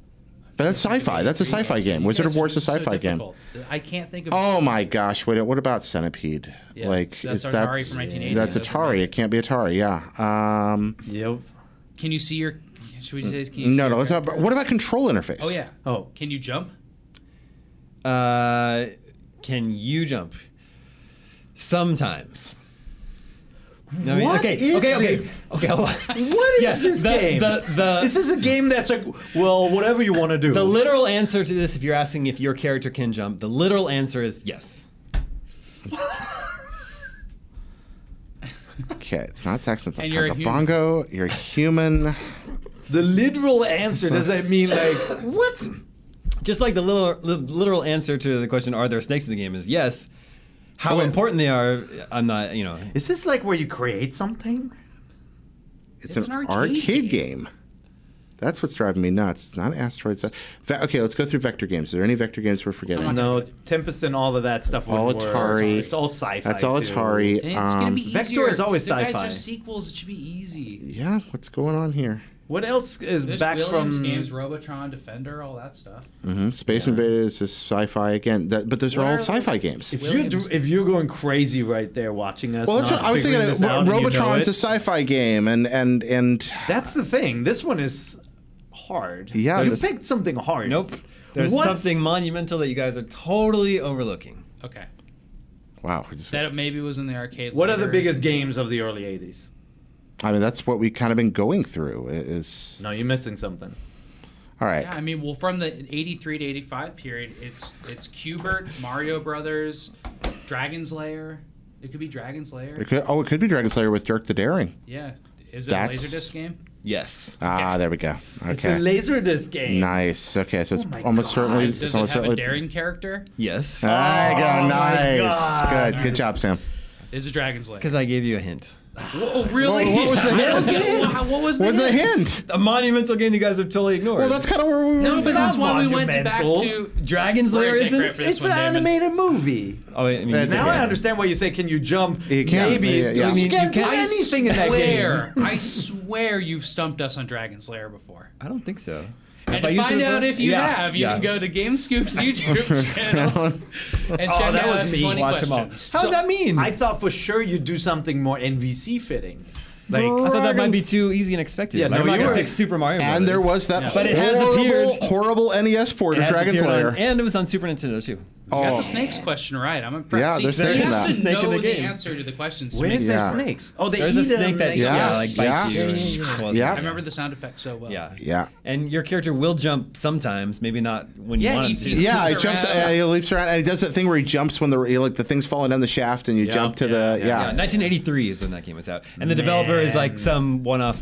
B: But that's sci-fi. That's a sci-fi game.
A: You
B: Wizard of
A: guys are
B: War is a
A: just so
B: sci-fi game.
A: difficult. I can't think of.
B: Oh my gosh! Wait, what about Centipede?
A: Yeah,
B: like
A: that's
B: is
A: Atari
B: that's
A: from 1980.
B: that's
A: It doesn't
B: Atari.
A: matter.
B: It can't be Atari. Yeah. Um,
D: Yep.
A: Can you see your? Should we say? Can you see
B: Mm. no,
A: your
B: no. Let's not,
A: character?
B: what about control interface?
A: Oh yeah.
D: Oh.
A: Can you jump?
C: Uh, can you jump? Sometimes. No, I mean,
D: What
C: okay,
D: is
C: okay, okay,
D: this?
C: okay. hold on.
D: What is
C: <laughs> Yeah,
D: this
C: the-
D: game?
C: The, the,
D: this is a game that's like, well, whatever you want to do.
C: the literal answer to this, if you're asking if your character can jump, the literal answer is yes.
B: Okay, it's not sex. It's a
A: And you're a
B: pack of
A: human.
B: bongo.
A: <laughs>
B: You're human.
D: The literal answer does that mean like what?
C: Just like the little, li- literal answer to the question, are there snakes in the game, is yes. How
B: Oh, wait.
C: important they are, I'm not, you know.
D: Is this like where you create something?
B: It's,
A: It's
B: an,
A: an
B: arcade,
A: arcade
B: game. That's what's driving me nuts. It's not asteroids. Ve- okay, let's go through vector games. Are there any vector games we're forgetting?
D: No, Tempest and all of that stuff.
B: All
D: wouldn't work.
B: Atari.
D: It's all sci-fi.
B: That's all
D: too.
B: Atari.
A: And it's gonna
B: Um,
A: be easier.
D: Vector is always
A: the Guys
D: sci-fi.
A: are sequels. It should be easy.
B: yeah, what's going on here?
D: What else is
A: There's
D: back
A: Williams
D: from?
A: games, Robotron, Defender, all that stuff.
B: hmm Space Invaders is sci-fi again, that, but those are all
D: Well,
B: sci-fi games.
D: If you do,
A: Williams.
D: if you're going crazy right there watching us,
B: Well, that's
D: not
B: what I was thinking.
D: figuring
B: Of,
D: this out and you know
B: Robotron's
D: it.
B: a sci-fi game, and and and
D: That's the thing. This one is hard.
B: Yeah,
D: you
B: this-
D: picked something hard.
C: Nope. There's
D: What?
C: something monumental that you guys are totally overlooking.
A: Okay,
B: wow, we just-
A: that maybe was in the arcade.
D: What are the
A: later.
D: biggest games of the early '80s?
B: I mean, that's what we kind of been going through. i- Is
D: No, you're missing something.
B: all right.
A: Yeah, I mean, well, from the '83 to '85 period, it's it's Cubert, Mario Brothers, Dragon's Lair. It could be Dragon's Lair.
B: It could, oh, it could be Dragon Slayer with Dirk the Daring.
A: Yeah, is it
B: That's-
A: a laserdisc game?
C: Yes.
B: Ah, there we go.
D: It's a
B: Okay,
D: laserdisc game.
B: nice. Okay, so it's
D: Oh my
B: almost
D: God.
B: certainly.
A: Does
B: It's
A: it have
B: almost certainly.
A: a daring character?
C: Yes.
B: There you
D: Oh
B: go.
D: my
B: Nice.
D: God.
B: Good. Good job, Sam.
A: Is it Dragon's Lair?
C: Because I gave you a hint.
A: Whoa, really?
B: Well, what was the
A: I
B: <laughs>
A: don't
B: hint?
A: get- wow, What was the
B: What's a
A: hint?
B: hint?
C: A monumental game you guys have totally ignored.
B: Well, that's kind of where we were.
A: No, but that's
D: not
A: why we went back
D: monumental.
A: to
C: Dragon's
A: We're
C: Lair
A: gonna take
C: isn't.
A: credit for this
D: It's an
A: one, Damon.
D: animated movie.
C: Oh, wait, I mean,
B: That's
C: you
D: Now
C: did.
D: I understand why you say, "Can you jump?"
B: You can.
D: Maybe
B: Yeah,
D: You,
B: yeah.
C: You mean,
D: can't
C: you
D: do
C: can-
D: anything in that game.
A: swear, I swear you've stumped us on Dragon's Lair before.
C: I don't think so.
A: And
C: If I
A: to
C: used
A: find
C: it
A: out
C: before-
A: if you
C: Yeah,
A: have, you
C: yeah.
A: can go to GameScoop's YouTube channel and check
D: Oh, that
A: out
D: was me.
A: 20
C: Watch them all.
A: questions.
C: How does that mean?
D: I thought for sure you'd do something more NVC fitting. Like
C: I thought that might be
D: Dragons-
C: too easy and expected.
D: Yeah,
C: like,
D: no,
C: I'm not
D: you
C: gonna
D: were-
C: pick Super Mario.
B: And
C: Brothers.
B: there was that
C: But it has
B: horrible,
C: appeared-
B: horrible NES port
C: It
B: of
C: has
B: Dragon
C: appeared on- E
B: Slayer.
C: and it was on Super Nintendo too.
A: You got
B: Oh.
A: the snakes question right. I'm impressed.
B: Yeah,
A: See,
B: there's
A: you
B: snake in
A: have
B: that.
A: to
C: Snake in
A: know
C: the
A: the,
C: game.
A: answer to the questions. to
D: Where
A: make
D: is
A: it.
B: Yeah.
D: there snakes? Oh, they
C: There's
D: eat
C: a snake
D: them.
C: that
D: They-
C: yeah,
B: Yeah.
C: like bites
B: Yeah.
C: you. And
B: Yeah.
A: I remember the sound effects so well.
C: Yeah.
B: Yeah.
C: And your character will jump sometimes, maybe not when you
A: Yeah,
C: want
A: he-
C: him to.
A: he-
B: Yeah, he
A: leaps
B: jumps.
A: around.
B: Uh, he leaps around, and he does that thing where he jumps when the he, like the thing's falling down the shaft, and you
D: Yeah,
B: jump to
D: yeah,
B: the
D: yeah,
B: yeah.
C: Yeah, 1983 is when that game was out, and the developer is like some one-off.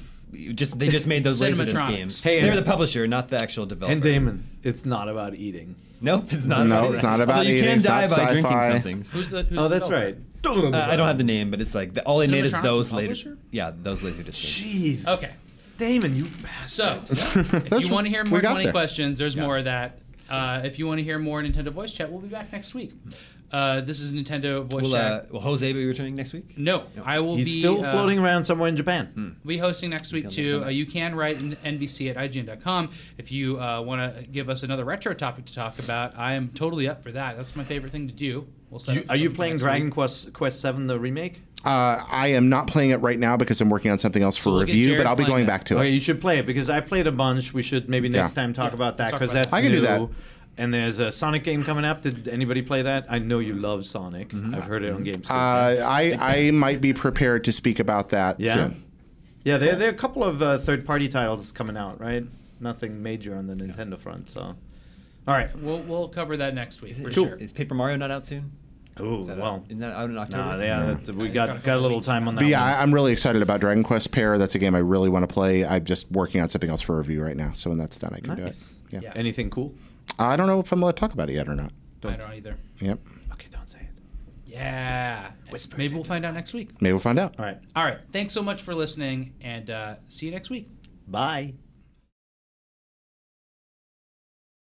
C: Just they just made those laserdisc
A: Cinematronics.
C: games.
D: Hey,
C: they're
D: and-
C: the publisher, not the actual developer.
D: And Damon, it's not about eating.
C: Nope, it's not.
B: No,
C: about
B: it's
C: eating.
B: not about
C: Although you
B: eating,
C: can
B: it's
C: die
B: not
C: by
B: sci-fi.
C: drinking something.
A: Who's the? Who's
D: Oh,
A: the
D: that's right.
A: developer?
C: Uh, I don't have the name, but it's like the, all they made is
A: Cinematronics
C: those
A: the
C: later.
A: publisher?
C: Yeah, those laserdisc games.
D: Jeez.
A: Okay.
D: Damon, you
A: So,
C: <laughs>
D: bastard.
A: if
B: That's
A: you want to hear
B: what
A: more
B: we got
A: 20
B: there.
A: questions, there's
C: Yeah.
A: more of that. Uh, if you want to hear more Nintendo Voice Chat, we'll be back next week. Uh, this is Nintendo Voice
C: Will,
A: Chat.
C: uh, will Jose be returning next week?
A: no, I will
D: He's
A: be
D: still
A: uh,
D: floating around somewhere in Japan.
A: We'll be hosting next week too. Uh, you can write in NBC at IGN.com if you uh, want to give us another retro topic to talk about. I am totally up for that. That's my favorite thing to do. We'll set
D: You-
A: up
D: are you
A: something
D: playing
A: next
D: Dragon
A: week.
D: Quest Quest Seven the remake?
B: Uh, I am not playing it right now because I'm working on something else for
A: we'll get
B: review,
A: Jared
B: but I'll be
A: playing
B: going
A: it.
B: back to
D: okay,
B: it.
D: you should play it because I played a bunch. We should maybe next
B: Yeah.
D: time talk
A: Yeah,
D: about that
A: let's talk
D: because
A: about
D: that's
A: that.
B: I can do
D: new.
B: that.
D: And there's a Sonic game coming up. Did anybody play that? I know you love Sonic. I've heard it on games.
B: Mm-hmm. Uh, I I might be prepared to speak about that
D: Yeah?
B: soon.
D: yeah, there, there are a couple of uh, third-party titles coming out, right? Nothing major on the Nintendo front. So, all right.
A: We'll, we'll cover that next week
C: Is,
A: for
C: it,
A: sure.
C: is Paper Mario not out soon?
D: Ooh,
C: Is that
D: well,
C: out, isn't that out in October?
D: nah, yeah, that's- we
A: Yeah, got a
D: got got a
A: couple
D: little
A: weeks.
D: time on that.
B: But yeah,
D: one.
B: I, I'm really excited about Dragon Quest Pair. That's a game I really want to play. I'm just working on something else for review right now. So when that's done, I can
D: Nice.
B: do it. Yeah.
A: Yeah.
D: Anything cool?
B: I don't know if I'm allowed to talk about it yet or not.
A: I don't either.
B: Yep.
D: Okay, don't say it.
A: Yeah.
D: Whisper
A: Maybe
D: it
A: we'll find out next week.
B: Maybe we'll find out.
D: All right.
A: All right. Thanks so much for listening, and uh, see you next week.
D: Bye.